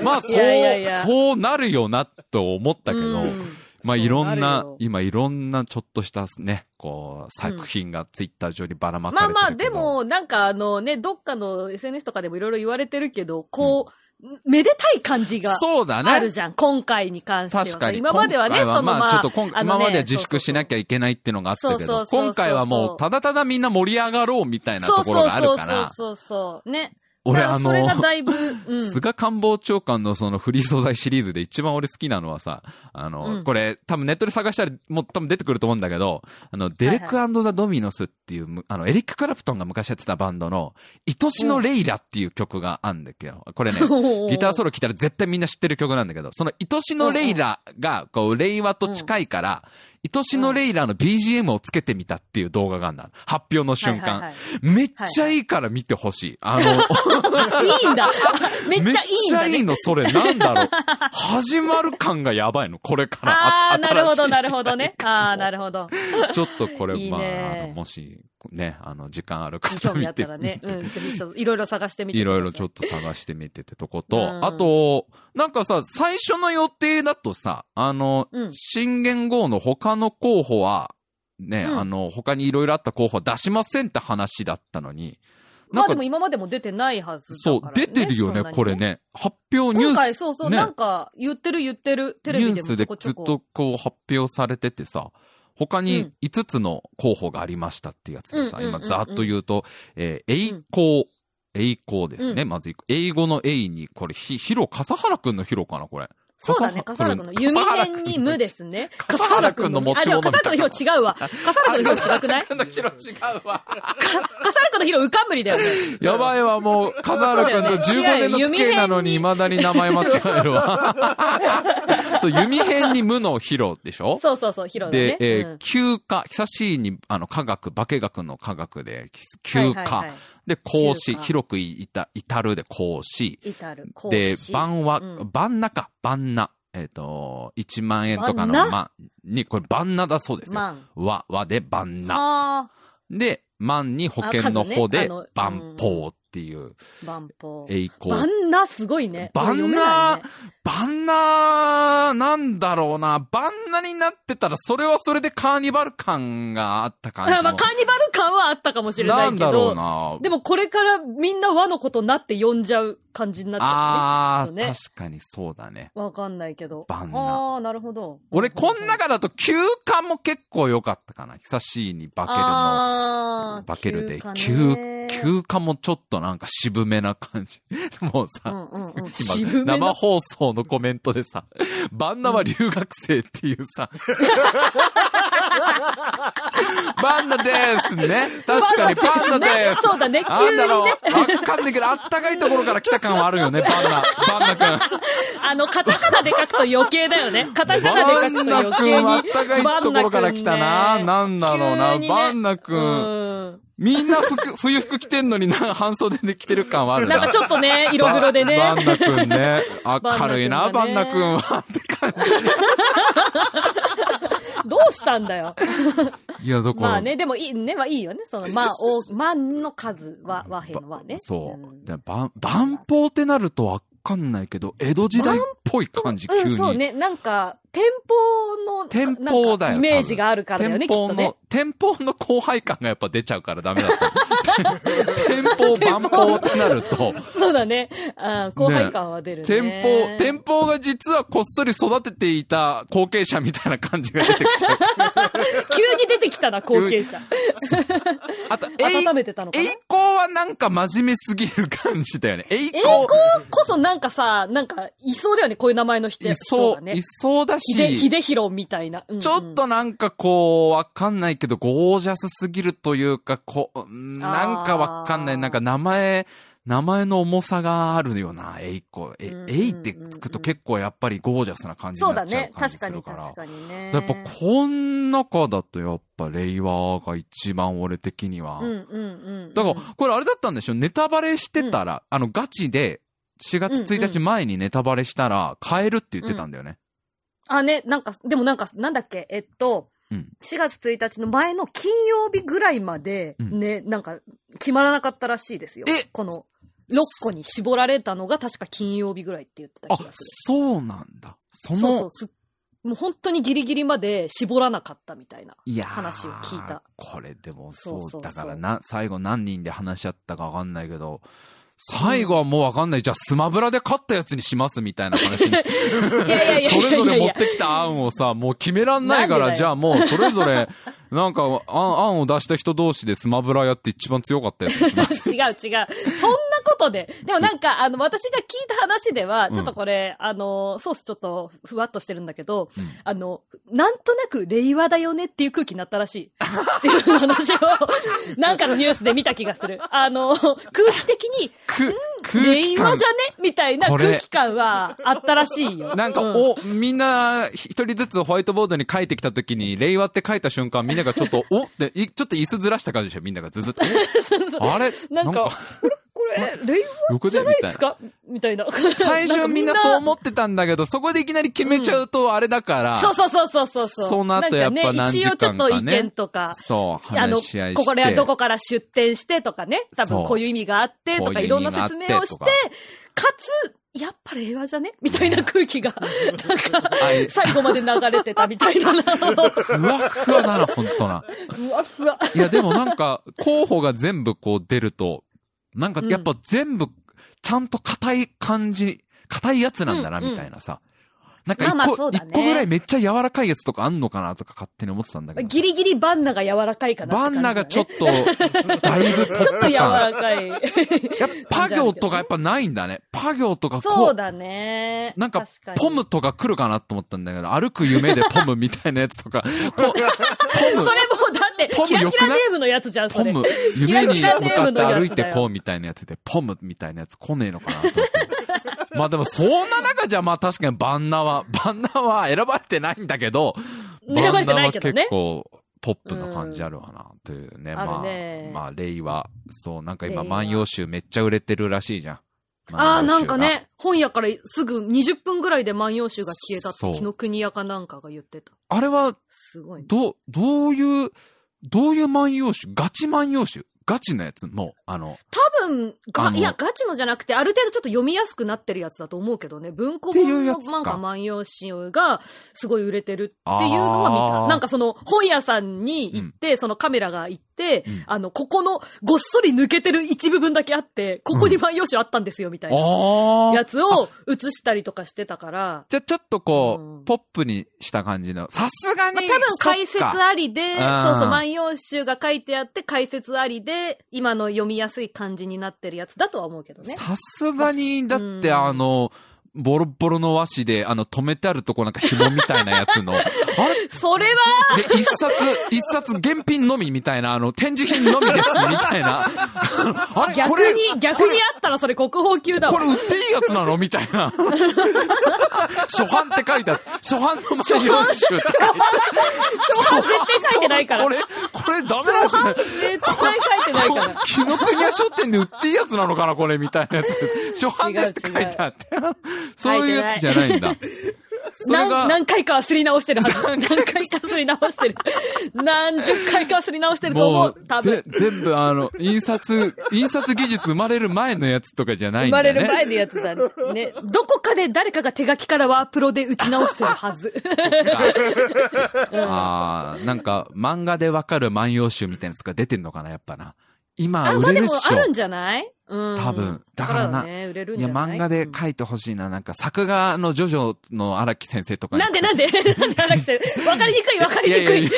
[SPEAKER 2] まあそう
[SPEAKER 1] いやいやいや
[SPEAKER 2] そうなるよなと思ったけど、
[SPEAKER 1] うん
[SPEAKER 2] まあいろんな
[SPEAKER 1] そうるよ
[SPEAKER 2] 今いろんなちょっとしたね、こう作品がツイッター上にばらまか
[SPEAKER 1] ま
[SPEAKER 2] れ
[SPEAKER 1] あ
[SPEAKER 2] てるけど。
[SPEAKER 1] まあ、でも、なんかあのね、どっかの SNS とかでもいろいろ言われてるけど、こう、めでたい感じが。
[SPEAKER 2] そうだ
[SPEAKER 1] ある
[SPEAKER 2] ね。
[SPEAKER 1] じゃん、今回に関しては。
[SPEAKER 2] 確かに。
[SPEAKER 1] 今まではね、
[SPEAKER 2] 今
[SPEAKER 1] そ
[SPEAKER 2] 回
[SPEAKER 1] のまあ、
[SPEAKER 2] ちょっと今
[SPEAKER 1] あの
[SPEAKER 2] 今
[SPEAKER 1] ね
[SPEAKER 2] までは自粛しなきゃ
[SPEAKER 1] ゃ
[SPEAKER 2] いけないっていうのがあったけ
[SPEAKER 1] そうそ
[SPEAKER 2] ど、
[SPEAKER 1] うそうそう
[SPEAKER 2] 今回はもうただただみんな盛り上がろうみたいなところがあるから、
[SPEAKER 1] そうそうそうそうそう。ね。
[SPEAKER 2] 俺
[SPEAKER 1] だから
[SPEAKER 2] あ
[SPEAKER 1] それ
[SPEAKER 2] の
[SPEAKER 1] が、だいぶ、うん。
[SPEAKER 2] 菅官房長官のそのフリー素材シリーズで一番俺好きなのはさ、あの、
[SPEAKER 1] うん
[SPEAKER 2] これ多分ネットで探したらもう多分出てくると思うんだけど、あの、デレックザ・ドミノスっていうむ、あの、エリック・クラプトンが昔やってたバンドの、愛しのレイラっていう曲があんだけど、こ れね、ギターソ
[SPEAKER 1] ロ。
[SPEAKER 2] ロ聴いたら絶対みんな知ってる曲なんだけど、その愛しのレイラが、こう、令和と近いから、愛しのレイラの BGM をつけてみたっていう動画があんだ。発表の瞬間。
[SPEAKER 1] はいはい
[SPEAKER 2] めっちゃいいから見てほしい。あの、
[SPEAKER 1] はいいいんだ。めっちゃいいん
[SPEAKER 2] め
[SPEAKER 1] だ
[SPEAKER 2] っちゃいい
[SPEAKER 1] ね。
[SPEAKER 2] の、それ。なんだろう。始まる感がやばいの、これから。
[SPEAKER 1] ああ、なるほど、なるほど
[SPEAKER 2] ね。
[SPEAKER 1] ね。ああ、なるほど。
[SPEAKER 2] ちょっとこれ、
[SPEAKER 1] いいね
[SPEAKER 2] まあ、あの、もし、ね、あの、時間ある方
[SPEAKER 1] 興味
[SPEAKER 2] 見
[SPEAKER 1] あってたらね。
[SPEAKER 2] 見て
[SPEAKER 1] うん、ぜひちょっといろいろ探してみて
[SPEAKER 2] いろいろちょ
[SPEAKER 1] っ
[SPEAKER 2] っと探してみてってとこと、
[SPEAKER 1] うん
[SPEAKER 2] あと、なんかさ、最初の予定だとさ、あの、
[SPEAKER 1] うん
[SPEAKER 2] 新元号の他の候補は、ね、
[SPEAKER 1] うん
[SPEAKER 2] あの、他にいろいろあった候補は出しませんって話だったのに、な
[SPEAKER 1] ま
[SPEAKER 2] ん
[SPEAKER 1] あ
[SPEAKER 2] か、
[SPEAKER 1] でも今までも出てないはずだ
[SPEAKER 2] そう
[SPEAKER 1] から、ね。
[SPEAKER 2] 出てるよ
[SPEAKER 1] そ
[SPEAKER 2] ね、
[SPEAKER 1] んなに
[SPEAKER 2] これ。ね。発表ニュース。
[SPEAKER 1] 今回、そうそう、
[SPEAKER 2] ね
[SPEAKER 1] なんか、言ってる言ってる。テレビでも
[SPEAKER 2] ニュース
[SPEAKER 1] ち
[SPEAKER 2] で
[SPEAKER 1] ょこち
[SPEAKER 2] ずっ
[SPEAKER 1] ょこ。
[SPEAKER 2] とこう発表されててさ、他
[SPEAKER 1] う
[SPEAKER 2] に
[SPEAKER 1] ん
[SPEAKER 2] 5つの候補がありましたっていうやつでさ、
[SPEAKER 1] うんうんうんうん
[SPEAKER 2] 今ざーっと言うと、えー栄光、栄光ですね、
[SPEAKER 1] うん
[SPEAKER 2] まず英語の栄に、これ、ひ、ひろ、笠原くんのひろかな、これ。
[SPEAKER 1] そうだね、笠原君の弓編に無ですね。
[SPEAKER 2] 笠原君
[SPEAKER 1] 君
[SPEAKER 2] の持ち
[SPEAKER 1] あ、で
[SPEAKER 2] 物
[SPEAKER 1] も
[SPEAKER 2] みたいな
[SPEAKER 1] 笠原君のヒロ違 うわ。笠原君のヒロ違くない
[SPEAKER 2] 笠原くんのひろ違うわ。
[SPEAKER 1] 笠原君のヒロ浮かんぶりだよね。
[SPEAKER 2] やばいわ、もう、笠原くんと
[SPEAKER 1] そ
[SPEAKER 2] 15
[SPEAKER 1] うだよ
[SPEAKER 2] 年
[SPEAKER 1] ね
[SPEAKER 2] の付き合いなのに、
[SPEAKER 1] 弓
[SPEAKER 2] 未だに名前間違えるわ。そう、弓編に無のひろでしょ
[SPEAKER 1] そうそうそう、ヒロだ
[SPEAKER 2] で
[SPEAKER 1] ね、。
[SPEAKER 2] え
[SPEAKER 1] う
[SPEAKER 2] ー
[SPEAKER 1] ん
[SPEAKER 2] 休暇、久しいに、あの、科学、化学の科学で、休
[SPEAKER 1] は
[SPEAKER 2] 暇。
[SPEAKER 1] いはいは
[SPEAKER 2] で、講師、
[SPEAKER 1] 休暇
[SPEAKER 2] 広くいた、至るで講師。
[SPEAKER 1] い。至る、講
[SPEAKER 2] で、
[SPEAKER 1] 師。
[SPEAKER 2] 晩は、
[SPEAKER 1] うん
[SPEAKER 2] 晩中、晩な。えっ、と、1万円とかの
[SPEAKER 1] 晩な
[SPEAKER 2] 万に、これ晩なだそうですよ。
[SPEAKER 1] 万。
[SPEAKER 2] 和、和で晩な。
[SPEAKER 1] はあ
[SPEAKER 2] で、万に保険の
[SPEAKER 1] あ数ね
[SPEAKER 2] 方
[SPEAKER 1] あ
[SPEAKER 2] で
[SPEAKER 1] のうん、
[SPEAKER 2] 万法っていう、
[SPEAKER 1] ー、万法。
[SPEAKER 2] 栄光。
[SPEAKER 1] 万なすごいね。
[SPEAKER 2] 万な
[SPEAKER 1] 俺読めないね
[SPEAKER 2] バンナー、なんだろうな。バンナになってたら、それはそれでカーニバル感があった感じ
[SPEAKER 1] あ
[SPEAKER 2] も。
[SPEAKER 1] まあ、カーニバル感はあったかもしれない
[SPEAKER 2] ん
[SPEAKER 1] け
[SPEAKER 2] だろう
[SPEAKER 1] ど。
[SPEAKER 2] な。
[SPEAKER 1] でもこれからみんな和のことなって呼んじゃう感じになっち
[SPEAKER 2] あ
[SPEAKER 1] ゃ
[SPEAKER 2] あ
[SPEAKER 1] う
[SPEAKER 2] ー、
[SPEAKER 1] ね。きっとね。
[SPEAKER 2] 確かにそうだね。
[SPEAKER 1] わかんないけど。
[SPEAKER 2] 万な
[SPEAKER 1] ああ、なるほど。
[SPEAKER 2] 俺、こん中だと休暇も結構良かったかな。久しいにバケルの。
[SPEAKER 1] あー
[SPEAKER 2] バケルで、
[SPEAKER 1] 休
[SPEAKER 2] 休
[SPEAKER 1] 暇ね、
[SPEAKER 2] 休暇もちょっとなんか渋めな感じ。 もう
[SPEAKER 1] う
[SPEAKER 2] さ、
[SPEAKER 1] んうんうん。
[SPEAKER 2] 今
[SPEAKER 1] 渋め
[SPEAKER 2] 生
[SPEAKER 1] な。
[SPEAKER 2] 放 送のコメントでさ、バンナは留学生っていうさ、パンダですね。確かにパンダです。
[SPEAKER 1] そうだね
[SPEAKER 2] なんだろう。わかんないけど、あったかいところから来た感はあるよね、パンダ。パンダくん。
[SPEAKER 1] あの、カタカナで書くと余計だ よね。カタカナで
[SPEAKER 2] バ
[SPEAKER 1] 書
[SPEAKER 2] ン
[SPEAKER 1] くと
[SPEAKER 2] ナ
[SPEAKER 1] 余
[SPEAKER 2] 君
[SPEAKER 1] 計に。
[SPEAKER 2] はあったかいところから来たな。
[SPEAKER 1] バ
[SPEAKER 2] な
[SPEAKER 1] ン
[SPEAKER 2] ん
[SPEAKER 1] ナ
[SPEAKER 2] だ
[SPEAKER 1] 君ね
[SPEAKER 2] ろうな。
[SPEAKER 1] 急にね
[SPEAKER 2] バンナ君。
[SPEAKER 1] うん
[SPEAKER 2] みんな服、冬服着てんのにな、半袖で着てる感はある
[SPEAKER 1] なんかちょっと ね、色黒でね。
[SPEAKER 2] バンナ君ね。
[SPEAKER 1] バンナ君
[SPEAKER 2] 明るいな、
[SPEAKER 1] が
[SPEAKER 2] バ
[SPEAKER 1] ね
[SPEAKER 2] ンナ君は。って感
[SPEAKER 1] どうしたんだよ。
[SPEAKER 2] じ。いや、どこ
[SPEAKER 1] まあね、でもいい、ね、まあいいよね。その、まあ、お、まんの数は、和辺はね。
[SPEAKER 2] そ
[SPEAKER 1] ん
[SPEAKER 2] う。でばん万宝ってなるとわかんないけど、江戸時代っぽい感じ、急
[SPEAKER 1] うん、そう
[SPEAKER 2] に。
[SPEAKER 1] ね。なんか、天保の、
[SPEAKER 2] 天保だよ
[SPEAKER 1] なんかイメージがあるからだよ
[SPEAKER 2] 天
[SPEAKER 1] ね、きっ
[SPEAKER 2] 保
[SPEAKER 1] とね
[SPEAKER 2] の。、天保の後輩感がやっぱ出ちゃうからダメだと思 う。天保、万宝ってなると、
[SPEAKER 1] そうだね。あー後輩感は出るね。
[SPEAKER 2] 天保、天保が実はこっそり育てていた後継者みたいな感じが出てきちゃ う。
[SPEAKER 1] 急に出てきたな、後継者。
[SPEAKER 2] あと、えい
[SPEAKER 1] 温めてたのか
[SPEAKER 2] 栄
[SPEAKER 1] な。
[SPEAKER 2] 光はなんか真面目すぎる感じだよね。栄
[SPEAKER 1] 栄
[SPEAKER 2] 光。
[SPEAKER 1] 光こそなんかさ、なんか、いそうだよね、こういう名前の人
[SPEAKER 2] い
[SPEAKER 1] 人
[SPEAKER 2] そう、
[SPEAKER 1] がね
[SPEAKER 2] い。そうだ
[SPEAKER 1] ひで、ひ
[SPEAKER 2] し、
[SPEAKER 1] でひろみたいな。うんうん
[SPEAKER 2] ちょっ、となんかこう、わかんないけど、ゴージャスすぎるというか、こう、うんなんかわかんな
[SPEAKER 1] あ
[SPEAKER 2] い。
[SPEAKER 1] ー
[SPEAKER 2] なんか名前、名前の重さがあるよな、栄光。え
[SPEAKER 1] うんう、ん
[SPEAKER 2] 栄ってつくと結構やっぱりゴージャスな感じ
[SPEAKER 1] そ
[SPEAKER 2] に
[SPEAKER 1] う
[SPEAKER 2] な
[SPEAKER 1] だ
[SPEAKER 2] っちゃう
[SPEAKER 1] ね。
[SPEAKER 2] 感じす
[SPEAKER 1] 確か
[SPEAKER 2] る
[SPEAKER 1] に
[SPEAKER 2] から。
[SPEAKER 1] 確かにね。
[SPEAKER 2] やっぱこん中だとやっぱ令和が一番俺的には。
[SPEAKER 1] うんうんうんうん。
[SPEAKER 2] だから、これあれだったんでしょネタバレしてたら、あの、ガチで、4月1日前にネタバレしたら、変えるって言ってたんだよね。
[SPEAKER 1] あ、ね、なんか、でもなんか、なんだっけ、えっと、
[SPEAKER 2] うん
[SPEAKER 1] 4月1日の前の金曜日ぐらいまで、
[SPEAKER 2] うん
[SPEAKER 1] ね、なんか、決まらなかったらしいですよ。
[SPEAKER 2] え
[SPEAKER 1] この、6個に絞られたのが確か金曜日ぐらいって言ってた
[SPEAKER 2] あ
[SPEAKER 1] 気が、す
[SPEAKER 2] そうなんだ。そ
[SPEAKER 1] る。
[SPEAKER 2] の、
[SPEAKER 1] そうそうす。もう本当にギリギリまで絞らなかったみたいな。
[SPEAKER 2] いやー
[SPEAKER 1] 話を聞いた。
[SPEAKER 2] これでもそう、
[SPEAKER 1] そうそうそう
[SPEAKER 2] だからな、最後何人で話し合ったかわかんないけど、最後はもうわかんない。じゃあ、スマブラで勝ったやつにしますみたいな話に
[SPEAKER 1] いやいやいや
[SPEAKER 2] そ
[SPEAKER 1] いやい
[SPEAKER 2] れぞ
[SPEAKER 1] や
[SPEAKER 2] れ
[SPEAKER 1] い
[SPEAKER 2] 持っ
[SPEAKER 1] や。
[SPEAKER 2] てきた案をさ、もう決めらんないか
[SPEAKER 1] なんでだ
[SPEAKER 2] ら、
[SPEAKER 1] よ
[SPEAKER 2] じゃあもうそれぞれ、なんか、案案を出した人同士でスマブラやって一番強かったやつにし ます。
[SPEAKER 1] 違う違う。そんなことで。でもなんか、あの、私が聞いた話では、ちょっとこれ、あの、ソースちょっとふわっとしてるんだけど、
[SPEAKER 2] うん
[SPEAKER 1] あの、なんとなく令和だよねっていう空気になったらしい。っていう 話を、なんかのニュースで見た気がする。あの、空気的に、
[SPEAKER 2] く、空気
[SPEAKER 1] 令和
[SPEAKER 2] 感
[SPEAKER 1] じゃねみたいな
[SPEAKER 2] これ
[SPEAKER 1] 空気感はあったらしいよ。
[SPEAKER 2] なんか、
[SPEAKER 1] う
[SPEAKER 2] お、みんな、一人ずつホワイトボードに書いてきたとき に、令和って書いた瞬間、みんながちょっ と、おって、いちょっと椅子ずらした感じでしょみんながずずっ と。おあれ
[SPEAKER 1] なんか、あれこれ、令和
[SPEAKER 2] 横
[SPEAKER 1] じ
[SPEAKER 2] で
[SPEAKER 1] ゃない
[SPEAKER 2] みた
[SPEAKER 1] で
[SPEAKER 2] い
[SPEAKER 1] す
[SPEAKER 2] な。
[SPEAKER 1] かみたいな。
[SPEAKER 2] 最初はみんなそう
[SPEAKER 1] う
[SPEAKER 2] 思ってたんだけど、そこでいきなり決めちゃうと、あれだから、
[SPEAKER 1] そうそうそうそうそう。
[SPEAKER 2] その後やっぱ何時間かね
[SPEAKER 1] なんかね、一応ちょっと意見とか、
[SPEAKER 2] そう、
[SPEAKER 1] あの、
[SPEAKER 2] 話し合いして。
[SPEAKER 1] これはどこから出店してとかね、多
[SPEAKER 2] そ
[SPEAKER 1] 分
[SPEAKER 2] う
[SPEAKER 1] こういう意味があってと
[SPEAKER 2] こ
[SPEAKER 1] か、
[SPEAKER 2] ういう
[SPEAKER 1] い
[SPEAKER 2] 意
[SPEAKER 1] ろん
[SPEAKER 2] 味
[SPEAKER 1] な
[SPEAKER 2] があって
[SPEAKER 1] 説明をして、
[SPEAKER 2] と
[SPEAKER 1] か
[SPEAKER 2] か
[SPEAKER 1] つ、やっぱ令和じゃねみたいな空気が、 なんか、
[SPEAKER 2] はい
[SPEAKER 1] 最後まで流れてたみたいなのを
[SPEAKER 2] ふわっふわなの、ほんとな。
[SPEAKER 1] ふわふわ。
[SPEAKER 2] いや、でもなんか、候補が全部こう出ると、なんかやっぱ全部、ちゃんと硬い感じ、硬いやつなんだな、
[SPEAKER 1] うんうん
[SPEAKER 2] みたいなさ。なんか
[SPEAKER 1] まあまあ
[SPEAKER 2] 一
[SPEAKER 1] そ
[SPEAKER 2] 個、
[SPEAKER 1] うだ
[SPEAKER 2] 一
[SPEAKER 1] ね
[SPEAKER 2] 個ぐらいめっちゃ柔らかいやつとかあんのかなとか勝手に思ってたんだけど。
[SPEAKER 1] ギリギリバンナが柔らかいかな
[SPEAKER 2] バ
[SPEAKER 1] って感じ、
[SPEAKER 2] ン
[SPEAKER 1] ね。
[SPEAKER 2] ナがちょっ
[SPEAKER 1] ち
[SPEAKER 2] と、だい ぶポップ感、ち
[SPEAKER 1] ょっと柔らかい。
[SPEAKER 2] やっぱパ行とかやっぱないんだね。パ行とかこ
[SPEAKER 1] そう
[SPEAKER 2] う、
[SPEAKER 1] だね。
[SPEAKER 2] なんか
[SPEAKER 1] 確に、
[SPEAKER 2] ポムとか来るかなと思ったんだけど、歩く夢でポムみたいなやつとか、こう
[SPEAKER 1] そ
[SPEAKER 2] ポ
[SPEAKER 1] れ
[SPEAKER 2] ム
[SPEAKER 1] もうだって、
[SPEAKER 2] ポム
[SPEAKER 1] キラ
[SPEAKER 2] 良
[SPEAKER 1] キ
[SPEAKER 2] くな
[SPEAKER 1] ラ
[SPEAKER 2] い
[SPEAKER 1] ネームのやつじゃん、そ
[SPEAKER 2] ポ
[SPEAKER 1] れ。
[SPEAKER 2] ム、夢に
[SPEAKER 1] キ
[SPEAKER 2] 向
[SPEAKER 1] ラキラ
[SPEAKER 2] か
[SPEAKER 1] ネーム
[SPEAKER 2] っ
[SPEAKER 1] のやつだ
[SPEAKER 2] て
[SPEAKER 1] よ
[SPEAKER 2] 歩いてこうみたいなやつで、ポムみたいなやつ来ねえのかなと思って。まあでも、そんな中じゃ、まあ確かにバンナは、バンナは選ばれてないんだけど、
[SPEAKER 1] 選ばれてないけど
[SPEAKER 2] バ
[SPEAKER 1] ね
[SPEAKER 2] ンナは結構、ポップな感じあるわな、というね。
[SPEAKER 1] あ
[SPEAKER 2] ま
[SPEAKER 1] るね
[SPEAKER 2] あ、まあ、令和。そう、なんか今、
[SPEAKER 1] 令和
[SPEAKER 2] 万葉集めっちゃ売れてるらしいじゃん。
[SPEAKER 1] あ
[SPEAKER 2] 万葉
[SPEAKER 1] あ、な
[SPEAKER 2] 集
[SPEAKER 1] んか
[SPEAKER 2] が。
[SPEAKER 1] ね、本屋からすぐ20分ぐらいで万葉集が消えたって、
[SPEAKER 2] そう
[SPEAKER 1] 紀の国屋かなんかが言ってた。
[SPEAKER 2] あれは、
[SPEAKER 1] すごいね。
[SPEAKER 2] ど、どういう、どういう万葉集ガチ万葉集ガチのやつもう、あの、
[SPEAKER 1] 多分、
[SPEAKER 2] あ
[SPEAKER 1] が、
[SPEAKER 2] の
[SPEAKER 1] いや、ガチのじゃなくて、ある程度ちょっと読みやすくなってるやつだと思うけどね、文庫
[SPEAKER 2] っていう
[SPEAKER 1] 本
[SPEAKER 2] や
[SPEAKER 1] の
[SPEAKER 2] つか
[SPEAKER 1] 漫画万葉集がすごい売れてるっていうのは見
[SPEAKER 2] あ
[SPEAKER 1] た。
[SPEAKER 2] ー
[SPEAKER 1] なんかその本屋さんに行って、そのカメラが行って、
[SPEAKER 2] うん
[SPEAKER 1] あの、ここのごっそり抜けてる一部分だけあって、ここに万葉集あったんですよ、みたいな
[SPEAKER 2] ああ
[SPEAKER 1] やつを映したりとかしてたから、
[SPEAKER 2] じゃ、ちょっとこう、
[SPEAKER 1] うん
[SPEAKER 2] ポップにした感じの。さすがに、
[SPEAKER 1] まあ、多分解説
[SPEAKER 2] あ
[SPEAKER 1] ありで、
[SPEAKER 2] そっ
[SPEAKER 1] そ
[SPEAKER 2] か
[SPEAKER 1] うそうう、
[SPEAKER 2] ん
[SPEAKER 1] 万葉集が書いてあって、解説ありで、今の読みやすい感じになってるやつだとは思うけどね。
[SPEAKER 2] さすがに、だって、
[SPEAKER 1] うん
[SPEAKER 2] あの、ボロボロの和紙で、あの、止めてあるとこなんか紐みたいなやつの、 あれ
[SPEAKER 1] それは、
[SPEAKER 2] で、一冊、一冊現品のみみたいな、あの、展示品のみです、みたいな。 あれ
[SPEAKER 1] 逆
[SPEAKER 2] これ
[SPEAKER 1] に、逆にあったらそれ国宝級だ
[SPEAKER 2] こ
[SPEAKER 1] わ。
[SPEAKER 2] れ売っていいやつなのみたいな。 初版って書いてある。初版の前用紙集って 書いて
[SPEAKER 1] 初版絶対書いてないか
[SPEAKER 2] ある。
[SPEAKER 1] ら。
[SPEAKER 2] これ、これダメなや
[SPEAKER 1] 初
[SPEAKER 2] つ
[SPEAKER 1] 版
[SPEAKER 2] ね。
[SPEAKER 1] 絶対書いてないから。
[SPEAKER 2] 紀ノ国屋書店で売っていいやつなのかなこれみたいなやつ。初版ですって書いてあって。そういうやつじゃないんだ。それ
[SPEAKER 1] 何、
[SPEAKER 2] が、
[SPEAKER 1] 何回かはすり直してるはず。何回かすり直してる。何十回かはすり直してると思
[SPEAKER 2] もう
[SPEAKER 1] う。多、分
[SPEAKER 2] ぜ。全部あの、印刷、印刷技術生まれる前のやつとかじゃない
[SPEAKER 1] 生
[SPEAKER 2] んだ
[SPEAKER 1] ま
[SPEAKER 2] ね。
[SPEAKER 1] れる前のやつだね。どこかで誰かが手書きからワープロで打ち直してるはず。
[SPEAKER 2] ああ、なんか、漫画でわかる万葉集みたいなやつが出てんのかな、やっぱな。今、
[SPEAKER 1] あ、
[SPEAKER 2] 売
[SPEAKER 1] まあ
[SPEAKER 2] れ
[SPEAKER 1] で
[SPEAKER 2] るっ
[SPEAKER 1] も
[SPEAKER 2] し
[SPEAKER 1] あ
[SPEAKER 2] ょ。
[SPEAKER 1] るんじゃないうん。
[SPEAKER 2] 多分だからな
[SPEAKER 1] ね、売れるん
[SPEAKER 2] い
[SPEAKER 1] じ
[SPEAKER 2] や、
[SPEAKER 1] ゃない
[SPEAKER 2] 漫画で書いてほしいな。なんか、作画のジョジョの荒木先生とかに。
[SPEAKER 1] なんでなんで なんで荒木先生。わかりにくいわかりにくい。荒
[SPEAKER 2] ややや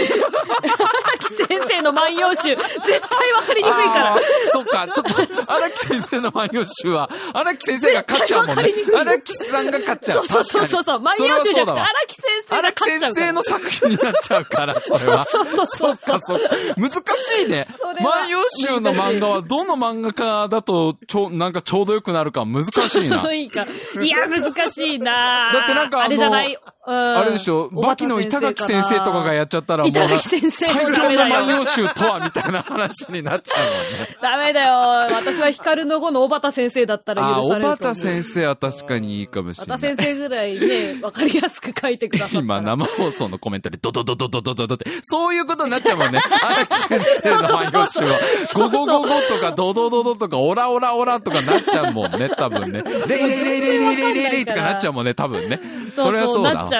[SPEAKER 1] 木先生の万葉集、絶対わかりにくいから
[SPEAKER 2] あー。 そっか、ちょっと、荒木先生の万葉集は、荒木先生が勝っちゃうもんね
[SPEAKER 1] 絶対わかりにくい。よ
[SPEAKER 2] 荒木さんが勝っちゃ。
[SPEAKER 1] そううそうそうそうそう。万葉集じゃなくて、荒木先生が
[SPEAKER 2] 荒木
[SPEAKER 1] 勝っちゃ
[SPEAKER 2] 先
[SPEAKER 1] うから。
[SPEAKER 2] 生の作品になっちゃうから、それは。
[SPEAKER 1] そうそうそうそう。
[SPEAKER 2] そう難しいね
[SPEAKER 1] そ。れは
[SPEAKER 2] 万葉集の漫画は、どの漫画家だと、ちょ、なんかちょうどよくなるか難し いな。
[SPEAKER 1] いいか。 いや、難しいな
[SPEAKER 2] だってなんかあの
[SPEAKER 1] あれじゃない。うん
[SPEAKER 2] あれでしょ、バキの板垣先生とかがやっちゃったらもうな、
[SPEAKER 1] 板垣先生も
[SPEAKER 2] 最
[SPEAKER 1] ダ
[SPEAKER 2] 強
[SPEAKER 1] メ
[SPEAKER 2] の
[SPEAKER 1] だ
[SPEAKER 2] 万
[SPEAKER 1] よ。
[SPEAKER 2] 葉集とはみたいな話になっちゃう もんね。
[SPEAKER 1] ダメだよ。私は光の後の小畑先生だったら
[SPEAKER 2] ああ、
[SPEAKER 1] 許さ
[SPEAKER 2] 小
[SPEAKER 1] れると思う。
[SPEAKER 2] 畑先生は確かにいいかもし
[SPEAKER 1] 小
[SPEAKER 2] れな
[SPEAKER 1] 畑
[SPEAKER 2] い
[SPEAKER 1] 先。生ぐらいね、わかりやすく書いてくださったら。
[SPEAKER 2] 今、生放送のコメントで、ドドドドドドドドって、そういうことになっちゃうもんね。荒木先生の万葉集は。ゴゴゴゴとか、ドドドドとか、オラオラオラとかなっちゃうもんね、多分ね。レイレイレイレイレイレイレイレイとかなっちゃうもんね、多分ね。
[SPEAKER 1] そう
[SPEAKER 2] れは
[SPEAKER 1] そう、
[SPEAKER 2] そうだ
[SPEAKER 1] なっちゃう。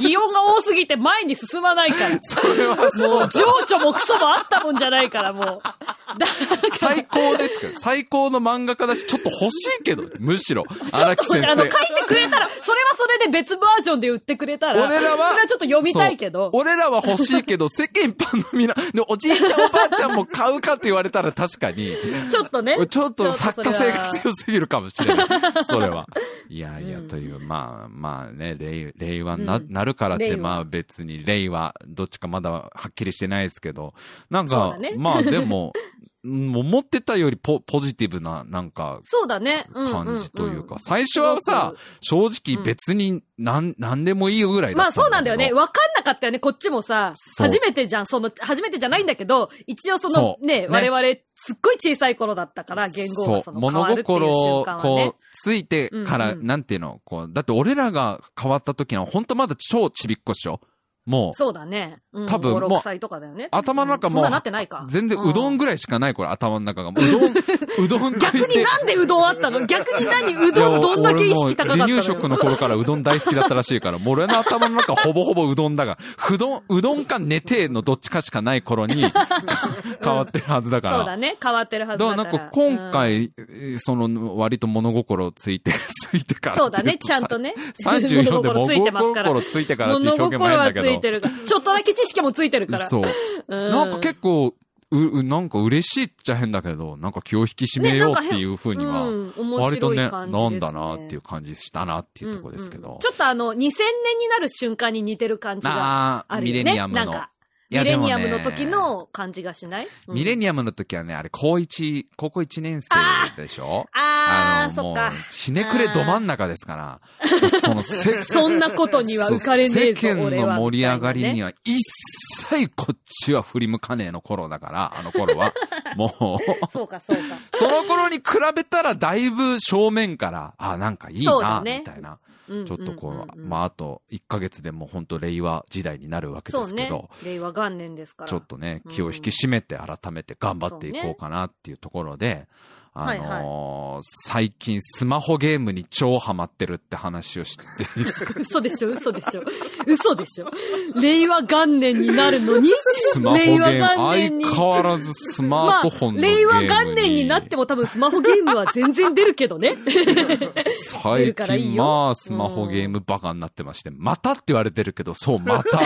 [SPEAKER 1] 擬音が多すぎて前に進まないから。
[SPEAKER 2] それはそう
[SPEAKER 1] もう情緒もクソもあったもんじゃないから、もう。だから
[SPEAKER 2] 最高ですけど、最高の漫画家だし、ちょっと欲しいけど、むしろ。荒木先
[SPEAKER 1] あの、書い
[SPEAKER 2] 生
[SPEAKER 1] て。くれたら、それはそれで別バージョンで売ってくれたら、
[SPEAKER 2] 俺らは、
[SPEAKER 1] それはちょっと読みたいけど
[SPEAKER 2] そう、俺らは欲しいけど、世間一般のみんな、でおじいちゃんおばあちゃんも買うかって言われたら確かに、
[SPEAKER 1] ちょっとね。
[SPEAKER 2] ちょっと作家性が
[SPEAKER 1] 活用
[SPEAKER 2] 強すぎるかもしれない。そ れは。いやいや、という、まあ、まあね、令令和にな、なるからって、
[SPEAKER 1] 令和
[SPEAKER 2] まあ別に令和、どっちかまだはっきりしてないですけど、なん
[SPEAKER 1] そう
[SPEAKER 2] か
[SPEAKER 1] だ、ね
[SPEAKER 2] まあでも、うん思ってたよりポポジティブな、なんか、
[SPEAKER 1] そうだね。うんうんん
[SPEAKER 2] 感じというか、最初はさ、正直別になん、なんでもいいよぐらいだ
[SPEAKER 1] ま
[SPEAKER 2] った
[SPEAKER 1] あそうなんだよね。
[SPEAKER 2] けど。
[SPEAKER 1] わかんなかったよね。こっちもさ、
[SPEAKER 2] そう
[SPEAKER 1] 初めてじゃん。その、初めてじゃないんだけど、一応その
[SPEAKER 2] そう
[SPEAKER 1] ね
[SPEAKER 2] ね、
[SPEAKER 1] 我々、すっごい小さい頃だったから、言語が
[SPEAKER 2] そ、
[SPEAKER 1] そうの変
[SPEAKER 2] 物
[SPEAKER 1] わるっていう
[SPEAKER 2] 心
[SPEAKER 1] 瞬
[SPEAKER 2] を
[SPEAKER 1] 間は
[SPEAKER 2] こ
[SPEAKER 1] ね。
[SPEAKER 2] う、ついてから、
[SPEAKER 1] うんうん
[SPEAKER 2] なんていうの、こう、だって俺らが変わった時の、本当まだ超ちびっこっしょ。もう、
[SPEAKER 1] そうだね。うん
[SPEAKER 2] 多分
[SPEAKER 1] 5、
[SPEAKER 2] もう
[SPEAKER 1] 6歳とかだよね。
[SPEAKER 2] 頭の中
[SPEAKER 1] うん
[SPEAKER 2] もう
[SPEAKER 1] そんななってないか。
[SPEAKER 2] 全然うどんぐらいしかない、これ、頭の中 が。うどん、うどん
[SPEAKER 1] 逆になんでうどん あったの逆に何うどんどんだけ意識高かったの
[SPEAKER 2] いや俺もう離乳食の頃からうどん大好きだったらしいから、もう俺の頭の中ほぼほぼうどんだが、うどん、うどんか寝てのどっちかしかない頃 に変わってるはずだから。
[SPEAKER 1] そうだね。変わってるはず
[SPEAKER 2] だ
[SPEAKER 1] だ
[SPEAKER 2] か
[SPEAKER 1] からら。
[SPEAKER 2] なんか今回、その割と物心ついて、ついてから
[SPEAKER 1] う
[SPEAKER 2] ってい
[SPEAKER 1] んそうう
[SPEAKER 2] と
[SPEAKER 1] だね。ちゃんとね。
[SPEAKER 2] 34で物
[SPEAKER 1] 物心ついてますから。
[SPEAKER 2] 心ついてからっていう
[SPEAKER 1] 物
[SPEAKER 2] 表現
[SPEAKER 1] 心
[SPEAKER 2] もな
[SPEAKER 1] はい
[SPEAKER 2] んだ
[SPEAKER 1] つ
[SPEAKER 2] け
[SPEAKER 1] い
[SPEAKER 2] ど
[SPEAKER 1] て。るから。ちょっとだけ知識もついてるから。
[SPEAKER 2] そう。
[SPEAKER 1] うん
[SPEAKER 2] なんか結構、う、うなんか嬉しいっちゃ変だけど、なんか気を引き締めようっていうふうには、
[SPEAKER 1] ねなんか変うん面
[SPEAKER 2] 割と
[SPEAKER 1] 白い
[SPEAKER 2] ね、
[SPEAKER 1] 感じですね
[SPEAKER 2] なんだなっていう感じしたなっていうとこですけ
[SPEAKER 1] うん
[SPEAKER 2] ど
[SPEAKER 1] うん。ちょっとあの、2000年になる瞬間に似てる感じが
[SPEAKER 2] あ
[SPEAKER 1] あ
[SPEAKER 2] ー
[SPEAKER 1] る
[SPEAKER 2] ミ
[SPEAKER 1] よね。
[SPEAKER 2] レニアム
[SPEAKER 1] なん
[SPEAKER 2] の。
[SPEAKER 1] か、
[SPEAKER 2] い
[SPEAKER 1] ミ
[SPEAKER 2] やで
[SPEAKER 1] レ
[SPEAKER 2] もね
[SPEAKER 1] ニアムの時の感じがしない、うん
[SPEAKER 2] ミレニアムの時はね、あれ、高一、高校一年生でしょ
[SPEAKER 1] あー、
[SPEAKER 2] の
[SPEAKER 1] そっか
[SPEAKER 2] も。うひねくれど真ん中です から、そのせ、
[SPEAKER 1] そんなことには浮かれねえぞ
[SPEAKER 2] そう世間
[SPEAKER 1] 俺
[SPEAKER 2] の
[SPEAKER 1] は
[SPEAKER 2] 盛り上がりに
[SPEAKER 1] み
[SPEAKER 2] は一切こっちは振り向かねえの頃だから、あの頃 は。もう、
[SPEAKER 1] そうか、そうか。
[SPEAKER 2] その頃に比べたらだいぶ正面から、あ、なんかいい
[SPEAKER 1] そうだ
[SPEAKER 2] な、
[SPEAKER 1] ね
[SPEAKER 2] みたいな。
[SPEAKER 1] うん
[SPEAKER 2] ちょっとこう、
[SPEAKER 1] んんん
[SPEAKER 2] まああと1ヶ月でもうほんと令和時代になるわけで
[SPEAKER 1] そう
[SPEAKER 2] すけ
[SPEAKER 1] ね
[SPEAKER 2] ど、。
[SPEAKER 1] 令和元年ですから。
[SPEAKER 2] ちょっとね
[SPEAKER 1] う、ん
[SPEAKER 2] 気を引き締めて改めて頑張っていこうかなっていうところで、あ
[SPEAKER 1] はい
[SPEAKER 2] のー
[SPEAKER 1] はい
[SPEAKER 2] 最近スマホゲームに超ハマってるって話をして、
[SPEAKER 1] 嘘でしょ、嘘でしょ。嘘でしょ。令和元年になるのに、
[SPEAKER 2] スマホゲ
[SPEAKER 1] 令和
[SPEAKER 2] ー
[SPEAKER 1] 元年
[SPEAKER 2] ム、
[SPEAKER 1] に。
[SPEAKER 2] 相変わらずスマー
[SPEAKER 1] ま
[SPEAKER 2] トフォ
[SPEAKER 1] あ
[SPEAKER 2] ン、のゲーム
[SPEAKER 1] 令
[SPEAKER 2] に、
[SPEAKER 1] 和元年になっても多分スマホゲームは全然出る けどね。出
[SPEAKER 2] 最
[SPEAKER 1] るからい
[SPEAKER 2] 近、
[SPEAKER 1] いよ
[SPEAKER 2] まあ、スマホゲームバカになってまして、またって言われてるけど、そう、また。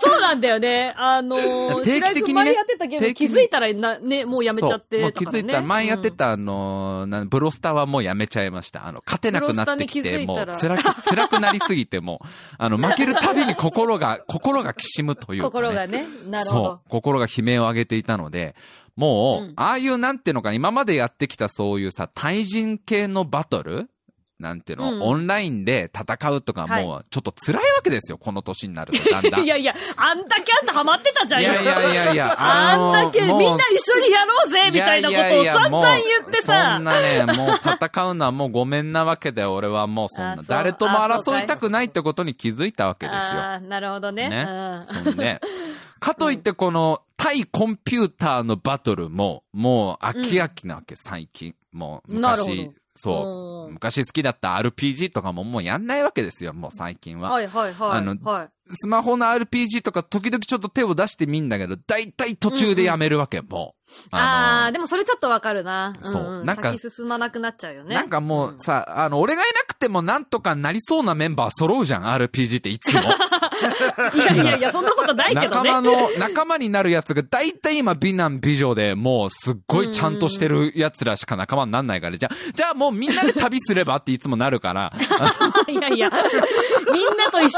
[SPEAKER 1] そうなんだよね。あのー、
[SPEAKER 2] 定期的にね
[SPEAKER 1] 白井君前やってたゲーム
[SPEAKER 2] 定期
[SPEAKER 1] 気
[SPEAKER 2] 的に
[SPEAKER 1] づいたらな、ね、 もうやめちゃって
[SPEAKER 2] そう
[SPEAKER 1] と
[SPEAKER 2] も
[SPEAKER 1] か
[SPEAKER 2] う気
[SPEAKER 1] ね。
[SPEAKER 2] づいたら、前やってたあの、なんブロスタはもうやめちゃいました。あの、勝てなくなってき
[SPEAKER 1] ブロ
[SPEAKER 2] て、
[SPEAKER 1] スタに気
[SPEAKER 2] も
[SPEAKER 1] づいうたら
[SPEAKER 2] 辛く、辛くなりすぎて、もう、あの、負けるたびに心が、心がきしむと
[SPEAKER 1] う
[SPEAKER 2] い
[SPEAKER 1] ん
[SPEAKER 2] うか、ね。
[SPEAKER 1] 心がね。なるほ
[SPEAKER 2] そ
[SPEAKER 1] ど。
[SPEAKER 2] う。心が悲鳴を上げていたので、もう、
[SPEAKER 1] うん
[SPEAKER 2] ああいうなんていうのか、今までやってきたそういうさ、対人系のバトルなんていうの、
[SPEAKER 1] うん
[SPEAKER 2] オンラインで戦うとか、
[SPEAKER 1] はい
[SPEAKER 2] もう、ちょっと辛いわけですよ、この年になると、だんだん。
[SPEAKER 1] いやいや、あんだけあんたハマってたじゃん
[SPEAKER 2] い
[SPEAKER 1] よ
[SPEAKER 2] やいやいやいや、
[SPEAKER 1] あ
[SPEAKER 2] の
[SPEAKER 1] んだけみん
[SPEAKER 2] もう
[SPEAKER 1] な一緒にやろうぜみたいなことを散々言って
[SPEAKER 2] やいやいやもうそん
[SPEAKER 1] さ。
[SPEAKER 2] なね、もう戦うのはもうごめんなわけで、俺はもうそん
[SPEAKER 1] あ
[SPEAKER 2] な
[SPEAKER 1] そう、
[SPEAKER 2] 誰とも争いたくないってことに気づいたわけですよ。
[SPEAKER 1] あーなるほどね。
[SPEAKER 2] ね
[SPEAKER 1] うん
[SPEAKER 2] そうね。かといって、この、対コンピューターのバトルも、もう飽き飽きなわけ、最近。もう、
[SPEAKER 1] なるほ
[SPEAKER 2] 昔
[SPEAKER 1] ど、
[SPEAKER 2] そうう。
[SPEAKER 1] ん
[SPEAKER 2] 昔好きだった RPG とかももうやんないわけですよ、もう最近は。
[SPEAKER 1] はいはいはい。
[SPEAKER 2] あの
[SPEAKER 1] はい
[SPEAKER 2] スマホの RPG とか時々ちょっと手を出してみんだけど、だいたい途中でやめるわけ、もう。
[SPEAKER 1] あ
[SPEAKER 2] の
[SPEAKER 1] ー、でもそれちょっとわかるな。
[SPEAKER 2] そうん
[SPEAKER 1] ん
[SPEAKER 2] なんか
[SPEAKER 1] 先進まなくなっちゃうよね。
[SPEAKER 2] なんかも
[SPEAKER 1] う
[SPEAKER 2] うんさ、あの、俺がいなくてもなんとかなりそうなメンバー揃うじゃん、RPG っていつも。
[SPEAKER 1] いやいやいや、そんなことないけど
[SPEAKER 2] 仲
[SPEAKER 1] ね
[SPEAKER 2] 間。の、仲間になるやつが大体今美男美女でもうすっごいちゃんとしてるやつらしか仲間になんないから、じゃあ、じゃあもうみんなで旅すればっていつもなるから、
[SPEAKER 1] いやいや、みんなと一緒に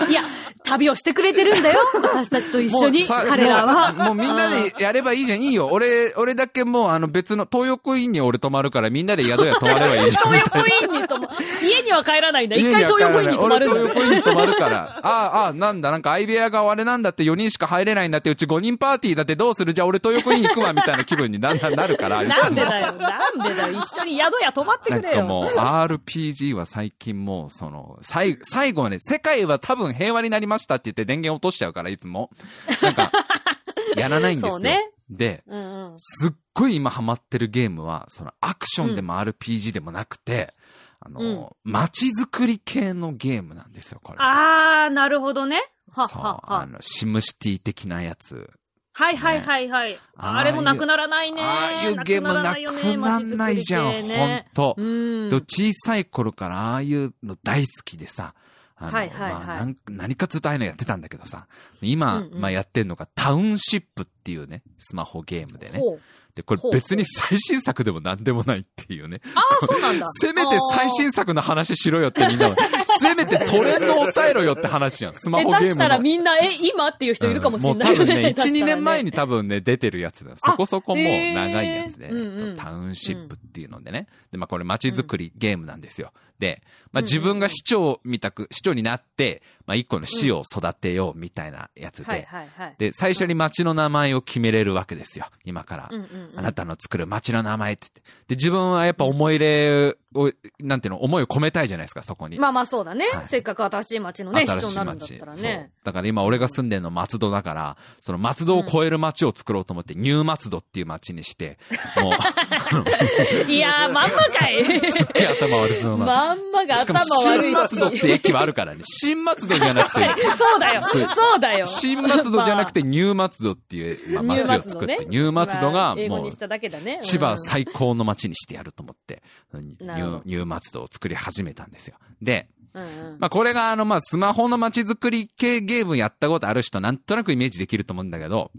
[SPEAKER 1] 旅を、いや、旅をしてくれてるんだよ。私たち と一緒に、
[SPEAKER 2] もうさ
[SPEAKER 1] 彼らは。
[SPEAKER 2] もうもうみんなでやればいいじゃん、いいよ。俺、俺だけもうあの別の、東横インに俺泊まるからみんなで宿屋泊まればいいじ ゃん。
[SPEAKER 1] 東横インに泊ま、家には帰らないんだ。一回東横インに泊まるんだ
[SPEAKER 2] 俺
[SPEAKER 1] ね。
[SPEAKER 2] 東横インに泊まるから。ああ、ああ、なんだ、なんか相部屋があれなんだって4人しか入れないんだって、うち5人パーティーだってどうするじゃあ俺東横イン行くわ、みたいな気分にだんだんなるから。
[SPEAKER 1] なんでだよ、なんでだよ。一緒に宿屋泊まって
[SPEAKER 2] な
[SPEAKER 1] く
[SPEAKER 2] ん
[SPEAKER 1] れ
[SPEAKER 2] か
[SPEAKER 1] よ。
[SPEAKER 2] もう、RPG は最近もう、その、最後、最後はね、世界は多分平和になりましたって言って電源落としちゃうから、いつも。なん か、やらないんです
[SPEAKER 1] そ
[SPEAKER 2] よ。
[SPEAKER 1] うね
[SPEAKER 2] で、
[SPEAKER 1] うんうん。
[SPEAKER 2] すっごい今ハマってるゲームは、その、アクションでも RPG でもなくて、あの、街づくり系のゲームなんですよ、これ。
[SPEAKER 1] あー、なるほどね。はっ
[SPEAKER 2] そう、
[SPEAKER 1] はっ
[SPEAKER 2] あ
[SPEAKER 1] は。
[SPEAKER 2] の、シムシティ的なやつ。
[SPEAKER 1] はいはいはいはい。
[SPEAKER 2] ああいう
[SPEAKER 1] あれもなくならないね。
[SPEAKER 2] ああいうゲームなくなんないじゃん、
[SPEAKER 1] 街づくり系
[SPEAKER 2] ほん
[SPEAKER 1] ね
[SPEAKER 2] と。
[SPEAKER 1] うん
[SPEAKER 2] で。小さい頃からああいうの大好きでさ、あの
[SPEAKER 1] はいはいはい
[SPEAKER 2] まあなん何かずっとああいうのやってたんだけどさ、今、
[SPEAKER 1] うんうん
[SPEAKER 2] まあやってんのがタウンシップっていうね、スマホゲームでね。
[SPEAKER 1] ほう
[SPEAKER 2] で、これ
[SPEAKER 1] ほう
[SPEAKER 2] 別に最新作でも何でもないっていうね。。
[SPEAKER 1] ああ、そうなんだ
[SPEAKER 2] せめて最新作の話しろよってみ んなは、せめてトレンド抑えろよって話じゃん、スマ
[SPEAKER 1] あー
[SPEAKER 2] ホゲーム
[SPEAKER 1] 下
[SPEAKER 2] の。
[SPEAKER 1] 手したらみんな、え、今っていう人いるかもしれない
[SPEAKER 2] うんもう多分ね、1、2年前
[SPEAKER 1] に。
[SPEAKER 2] に多分ね、出てるやつだ。そこそこもう長いやつで、
[SPEAKER 1] へーうんうん
[SPEAKER 2] タウンシップっていうのでね。で、まあこれ街づくりゲームなんですよ。で、まあ自分が市長みたく、市長になって、まあ一個の市を育てようみたいなやつ
[SPEAKER 1] はい
[SPEAKER 2] で。
[SPEAKER 1] はいはい。
[SPEAKER 2] で、最初に街の名前を決めれるわけですよ。今から。
[SPEAKER 1] うんうんうん
[SPEAKER 2] あなたの作る街の名前って言って。で、自分はやっぱ思い入れを、なんていうの、思いを込めたいじゃないですか、そこに。
[SPEAKER 1] まあまあそうだね
[SPEAKER 2] は。い
[SPEAKER 1] せっかく新しい町のね、市
[SPEAKER 2] 新し
[SPEAKER 1] 長に
[SPEAKER 2] い
[SPEAKER 1] なるんだっ
[SPEAKER 2] 町
[SPEAKER 1] たら
[SPEAKER 2] そう
[SPEAKER 1] ね。
[SPEAKER 2] だから今俺が住んでるの松戸だから、その松戸を超える町を作ろうと思って、ニュー松戸っていう町にして、もう、
[SPEAKER 1] いやー、まんまかい
[SPEAKER 2] すっげえ頭悪そうな。
[SPEAKER 1] まんまが
[SPEAKER 2] しかも
[SPEAKER 1] 頭悪
[SPEAKER 2] 新
[SPEAKER 1] い
[SPEAKER 2] 松戸っ
[SPEAKER 1] し。
[SPEAKER 2] て駅はあるからね。新松戸じゃなくて、
[SPEAKER 1] そうだよ。そうだよ。
[SPEAKER 2] 新松戸じゃなくてニュー松戸っていう、まあ、町を作って、ニュー松戸
[SPEAKER 1] ま
[SPEAKER 2] が
[SPEAKER 1] あ英語
[SPEAKER 2] もう
[SPEAKER 1] にしただけだね。
[SPEAKER 2] 千葉
[SPEAKER 1] うん
[SPEAKER 2] 最高の町にしてやると思って、ニュ
[SPEAKER 1] なるほ
[SPEAKER 2] ー
[SPEAKER 1] ど
[SPEAKER 2] ニュー松戸を作り始めたんですよ。で、
[SPEAKER 1] うんうん
[SPEAKER 2] まあこれがあのまあスマホの街づくり系ゲームやったことある人なんとなくイメージできると思うんだけど、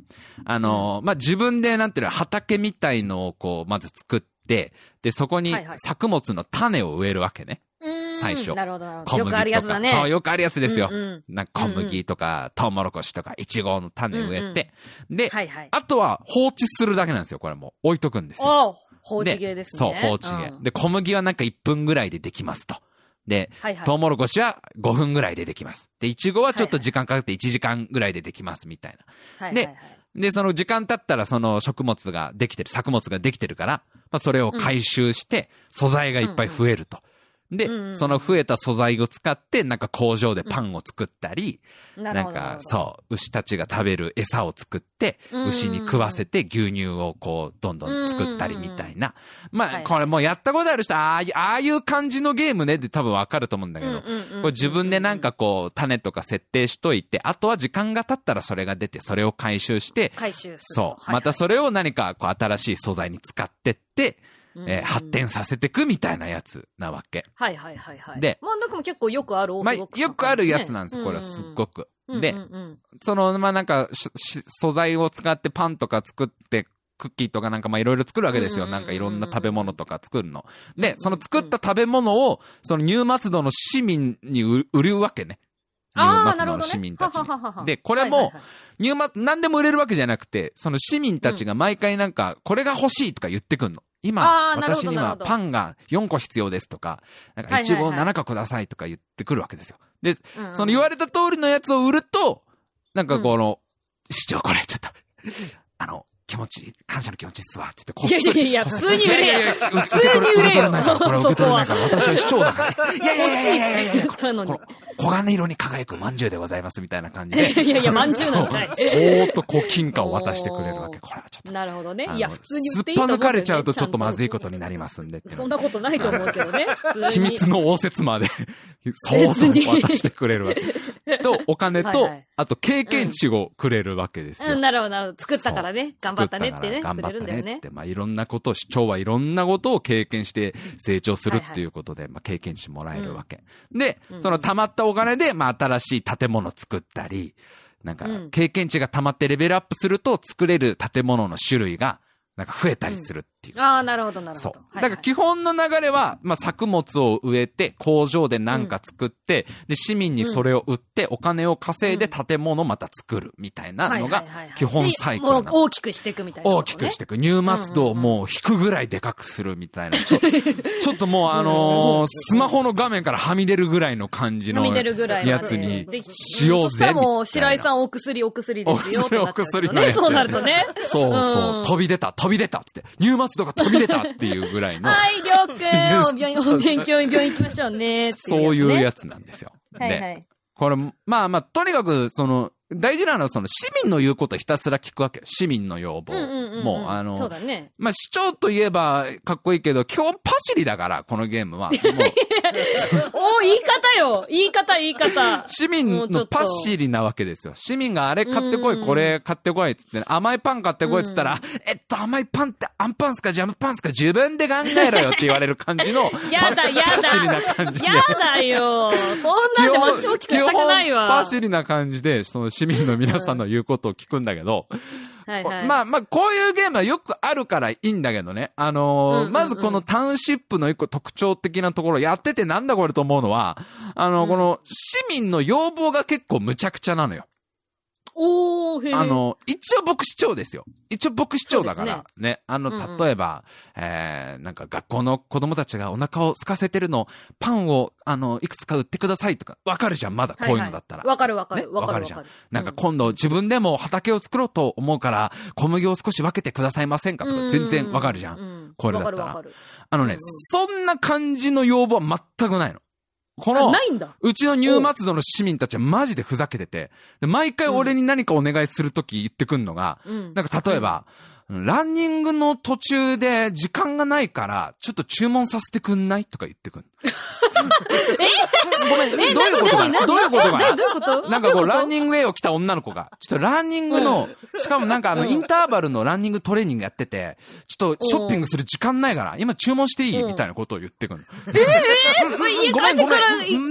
[SPEAKER 2] あのー、まあ自分でなんていうの畑みたいのをこうまず作って、でそこに
[SPEAKER 1] はいはい
[SPEAKER 2] 作物の種を植えるわけね。
[SPEAKER 1] うん
[SPEAKER 2] 最初
[SPEAKER 1] なるほど、なるほ
[SPEAKER 2] 小
[SPEAKER 1] ど。よ
[SPEAKER 2] 麦と
[SPEAKER 1] く
[SPEAKER 2] か。
[SPEAKER 1] あるやつだね。
[SPEAKER 2] そう、よくあるやつですよ
[SPEAKER 1] うん。うん
[SPEAKER 2] なんか小麦とか、トウモロコシとか、イチゴの種を植えて、で、
[SPEAKER 1] はいはい。
[SPEAKER 2] あとは放置するだけなんですよ、これもう。置いとくんですよ。
[SPEAKER 1] おう放置芸です
[SPEAKER 2] そ
[SPEAKER 1] ね。
[SPEAKER 2] う、放置芸。
[SPEAKER 1] うん
[SPEAKER 2] で、小麦はなんか1分ぐらいでできますと。で、
[SPEAKER 1] はいはい
[SPEAKER 2] トウモロコシは5分ぐらいでできます。で、イチゴはちょっと時間かかって1時間ぐらいでできますみたいな。
[SPEAKER 1] はい
[SPEAKER 2] で
[SPEAKER 1] はいはい
[SPEAKER 2] で、その時間経ったらその食物ができてる、作物ができてるから、まあそれを回収して、素材がいっぱい増えると。で、
[SPEAKER 1] うんうん
[SPEAKER 2] その増えた素材を使って、なんか工場でパンを作ったり、
[SPEAKER 1] なる
[SPEAKER 2] な
[SPEAKER 1] ほ
[SPEAKER 2] ん
[SPEAKER 1] ど。なる
[SPEAKER 2] か
[SPEAKER 1] ほど
[SPEAKER 2] そう、牛たちが食べる餌を作って、
[SPEAKER 1] うんうんうん
[SPEAKER 2] 牛に食わせて牛乳をこう、どんどん作ったりみたいな。
[SPEAKER 1] はい
[SPEAKER 2] まあ、
[SPEAKER 1] はい
[SPEAKER 2] これもうやったことある人、ああいうああいう感じのゲームねって多分わかると思うんだけど、こ
[SPEAKER 1] うんうんうん
[SPEAKER 2] れ自分でなんかこう、種とか設定しといて、あとは時間が経ったらそれが出て、それを回収して、
[SPEAKER 1] 回収すると。
[SPEAKER 2] そう。またそれを何かこう、新しい素材に使ってって、
[SPEAKER 1] れ
[SPEAKER 2] えー発。展させていくみたいなやつなわけ。
[SPEAKER 1] はいはいはいはい。
[SPEAKER 2] で
[SPEAKER 1] まあ、なんかも結構よくあるオー
[SPEAKER 2] まあ、
[SPEAKER 1] ソドックスな
[SPEAKER 2] よくあるやつなんです、
[SPEAKER 1] 感
[SPEAKER 2] これ
[SPEAKER 1] じ
[SPEAKER 2] は
[SPEAKER 1] ね
[SPEAKER 2] すっごく。
[SPEAKER 1] うん
[SPEAKER 2] で
[SPEAKER 1] うんうん
[SPEAKER 2] その、まあ、なんかしし素材を使ってパンとか作って、クッキーとかなんかまあいろいろ作るわけですよ。
[SPEAKER 1] うんうん
[SPEAKER 2] な
[SPEAKER 1] う
[SPEAKER 2] ん
[SPEAKER 1] うん
[SPEAKER 2] んかいろんな食べ物とか作るの。で、その作った食べ物を、そのニューマツドの市民に売売るわけね。ニュー
[SPEAKER 1] あ
[SPEAKER 2] マ
[SPEAKER 1] あ、
[SPEAKER 2] ツ
[SPEAKER 1] な
[SPEAKER 2] ド
[SPEAKER 1] るほ
[SPEAKER 2] の
[SPEAKER 1] ど
[SPEAKER 2] 市
[SPEAKER 1] ね
[SPEAKER 2] 民。たちに。
[SPEAKER 1] はははは
[SPEAKER 2] でこれも
[SPEAKER 1] はいはいはい
[SPEAKER 2] ニューマ、何でも売れるわけじゃなくて、その市民たちが毎回なんか、これが欲しいとか言ってくんの。今、
[SPEAKER 1] あーなるほ
[SPEAKER 2] 私
[SPEAKER 1] ど
[SPEAKER 2] に
[SPEAKER 1] なる
[SPEAKER 2] は
[SPEAKER 1] ほど
[SPEAKER 2] パンが4個必要ですとか、なんかイチ
[SPEAKER 1] は
[SPEAKER 2] ゴ
[SPEAKER 1] いはいは
[SPEAKER 2] 7個くださいとか言ってくるわけですよ。で、
[SPEAKER 1] うんうん
[SPEAKER 2] その言われた通りのやつを売ると、なんかこの、市長これちょっと、 あの、気持ち、感謝の気持ちっすわって言ってこっ
[SPEAKER 1] いや
[SPEAKER 2] そ
[SPEAKER 1] い
[SPEAKER 2] り、
[SPEAKER 1] やいや、
[SPEAKER 2] こっ
[SPEAKER 1] 普
[SPEAKER 2] そり
[SPEAKER 1] 通に売
[SPEAKER 2] いや
[SPEAKER 1] れ
[SPEAKER 2] い
[SPEAKER 1] や。
[SPEAKER 2] やいや
[SPEAKER 1] 普通に売れよ
[SPEAKER 2] これ受け取れないから、これ受け取れないから、私は市長だから。いやいやい
[SPEAKER 1] 欲し
[SPEAKER 2] やいやいやい
[SPEAKER 1] い
[SPEAKER 2] や
[SPEAKER 1] っ、て言ったのに
[SPEAKER 2] こ。の黄金色に輝く饅頭でございますみたいな感じ
[SPEAKER 1] いや
[SPEAKER 2] で。
[SPEAKER 1] いやいや、まんじゅうなのかい
[SPEAKER 2] そ。ーっとこう金貨を渡してくれるわけ。これはちょっと。
[SPEAKER 1] なるほどね
[SPEAKER 2] あ。の
[SPEAKER 1] いや、普通に売
[SPEAKER 2] す
[SPEAKER 1] っ
[SPEAKER 2] って
[SPEAKER 1] いいと
[SPEAKER 2] ぱ
[SPEAKER 1] 思う
[SPEAKER 2] 抜
[SPEAKER 1] けど
[SPEAKER 2] か
[SPEAKER 1] ね
[SPEAKER 2] れちゃうとちょっとまずいこと
[SPEAKER 1] ち
[SPEAKER 2] になりますんでって
[SPEAKER 1] ゃん
[SPEAKER 2] い
[SPEAKER 1] と
[SPEAKER 2] う
[SPEAKER 1] そん
[SPEAKER 2] の
[SPEAKER 1] なことないと思うけどね、普通 に。
[SPEAKER 2] 秘密の応接まで、 そうそう渡してくれるわけ。と、お金
[SPEAKER 1] はい
[SPEAKER 2] と
[SPEAKER 1] はい、
[SPEAKER 2] あと経験値をくれるわけです
[SPEAKER 1] う
[SPEAKER 2] よ
[SPEAKER 1] ん、。なるほど、なるほど。作ったからね、頑張ったねってね、
[SPEAKER 2] 作た
[SPEAKER 1] くれ
[SPEAKER 2] から
[SPEAKER 1] る
[SPEAKER 2] 頑張
[SPEAKER 1] んだ
[SPEAKER 2] っ
[SPEAKER 1] よ
[SPEAKER 2] たねっつっ
[SPEAKER 1] ね。
[SPEAKER 2] て、まあ、いろんなことを、市長はいろんなことを経験して成長するっていうことで、まあ、経験値もらえるわけ。で
[SPEAKER 1] うん、
[SPEAKER 2] その溜まったお金で、まあ、新しい建物作ったり、なんか
[SPEAKER 1] うん、
[SPEAKER 2] 経験値が溜まってレベルアップすると、作れる建物の種類が、なんか増えたりするっていう。
[SPEAKER 1] ああ、なるほど、なるほ
[SPEAKER 2] そ
[SPEAKER 1] ど
[SPEAKER 2] う。。だから基本の流れは、まあ、作物を植えて、工場で何か作って、で、市民にそれを売って、お金を稼いで建物をまた作るみたいなのが、基本サイクルな
[SPEAKER 1] も
[SPEAKER 2] ん
[SPEAKER 1] う
[SPEAKER 2] です
[SPEAKER 1] 大きくしていくみたいなこと
[SPEAKER 2] 大
[SPEAKER 1] ね。
[SPEAKER 2] きくしていく。ニューマツドをもう引くぐらいでかくするみ たいな。ちょちょっともうあのースマホの画面からはみ出るぐらいの感じ
[SPEAKER 1] は
[SPEAKER 2] の
[SPEAKER 1] み出るぐらい
[SPEAKER 2] やつに
[SPEAKER 1] でき
[SPEAKER 2] しよう
[SPEAKER 1] そし
[SPEAKER 2] ぜ。
[SPEAKER 1] たら
[SPEAKER 2] みたいな
[SPEAKER 1] もう、白井さんお薬お薬ですよ。
[SPEAKER 2] お薬
[SPEAKER 1] って
[SPEAKER 2] お薬
[SPEAKER 1] なっちゃうけどね。
[SPEAKER 2] ですよ
[SPEAKER 1] そうな
[SPEAKER 2] そうそうう。
[SPEAKER 1] るとね。ん
[SPEAKER 2] 飛び出た、飛び出たっつって。ニューマツドが飛び出たっていうぐら いの、
[SPEAKER 1] はい、りょうくん、病院、病院、病院行きましょうね。
[SPEAKER 2] そういうや
[SPEAKER 1] つ。
[SPEAKER 2] つなんですよ。
[SPEAKER 1] はいは
[SPEAKER 2] で、
[SPEAKER 1] い。
[SPEAKER 2] これ、まあまあ、とにかく、その、大事なのはその市民の言うことをひたすら聞くわけよ。市民の要望。
[SPEAKER 1] うんうんうんん。
[SPEAKER 2] もう、あの、
[SPEAKER 1] そうだね。
[SPEAKER 2] まあ、市長といえばかっこいいけど、基本パシリだから、このゲーム は。もう、
[SPEAKER 1] お言い方よ言い方、言い方。
[SPEAKER 2] 市民のパシリなわけですよ。市民があれ買ってこ
[SPEAKER 1] う
[SPEAKER 2] い、
[SPEAKER 1] ん
[SPEAKER 2] これ買ってこいっつって、甘いパン買ってこいっつったら、えっと、甘いパンってアンパンすかジャムパンすか自分で考えろよっ て言われる感じの、
[SPEAKER 1] や
[SPEAKER 2] パ
[SPEAKER 1] だ、やだ。
[SPEAKER 2] シリな感じで。
[SPEAKER 1] やだよ。そんなんで街を大きくしたくないわ。
[SPEAKER 2] パシリな感じで、その市民の皆さんの言うことを聞くんだけど、
[SPEAKER 1] はいはい。
[SPEAKER 2] まあまあ、こういうゲームはよくあるからいいんだけどね。あのー
[SPEAKER 1] うんうんうん
[SPEAKER 2] まずこのタウンシップの一個特徴的なところ、やっててなんだこれと思うのは、あの、
[SPEAKER 1] うん
[SPEAKER 2] この市民の要望が結構むちゃくちゃなのよ。
[SPEAKER 1] おー、へー
[SPEAKER 2] あ、の、一応僕市長ですよ。一応僕市長だから
[SPEAKER 1] そう、
[SPEAKER 2] ねあ
[SPEAKER 1] うんうん
[SPEAKER 2] の、例えば、えー、なんか学校の子供たちがお腹を空かせてるの、パンを、あの、いくつか売ってくださいとか、わかるじゃん、まだ、こういうのだったら
[SPEAKER 1] は。いはいわかるわか
[SPEAKER 2] ね
[SPEAKER 1] る。わ
[SPEAKER 2] わ
[SPEAKER 1] かる
[SPEAKER 2] かる
[SPEAKER 1] わ
[SPEAKER 2] じゃん
[SPEAKER 1] かる。
[SPEAKER 2] なんか今度自分でも畑を作ろうと思うから、小麦を少し分けてくださいませんかとか、全然わかるじゃん。
[SPEAKER 1] ん
[SPEAKER 2] これだったら
[SPEAKER 1] わかるわか
[SPEAKER 2] あの
[SPEAKER 1] うんう
[SPEAKER 2] ね
[SPEAKER 1] ん、
[SPEAKER 2] そんな感じの要望は全くないの。こ
[SPEAKER 1] る。あ
[SPEAKER 2] の
[SPEAKER 1] な、いんだ。
[SPEAKER 2] うちのニューマツドの市民たちはマジでふざけてて、で毎回俺に何かお願いするとき言ってくんのが、
[SPEAKER 1] うん。
[SPEAKER 2] なんか例えば、ランニングの途中で時間がないから、ちょっと注文させてくんないとか言って くんの。
[SPEAKER 1] え、何
[SPEAKER 2] どういうことかなどういうことかな
[SPEAKER 1] えどういうこ と
[SPEAKER 2] なんかこう、ラン
[SPEAKER 1] ニ
[SPEAKER 2] ニングウェイを着た女の子が、ちょっとランニングの、しかもなんかあの、インターバルのランニングトレーニングやってて、ちょっとショッピングする時間ないから、今注文していい
[SPEAKER 1] うん
[SPEAKER 2] みたいなことを言ってくるの。
[SPEAKER 1] 家
[SPEAKER 2] ごめ
[SPEAKER 1] 帰っ
[SPEAKER 2] ん
[SPEAKER 1] て
[SPEAKER 2] ごめ
[SPEAKER 1] から、
[SPEAKER 2] ん。うん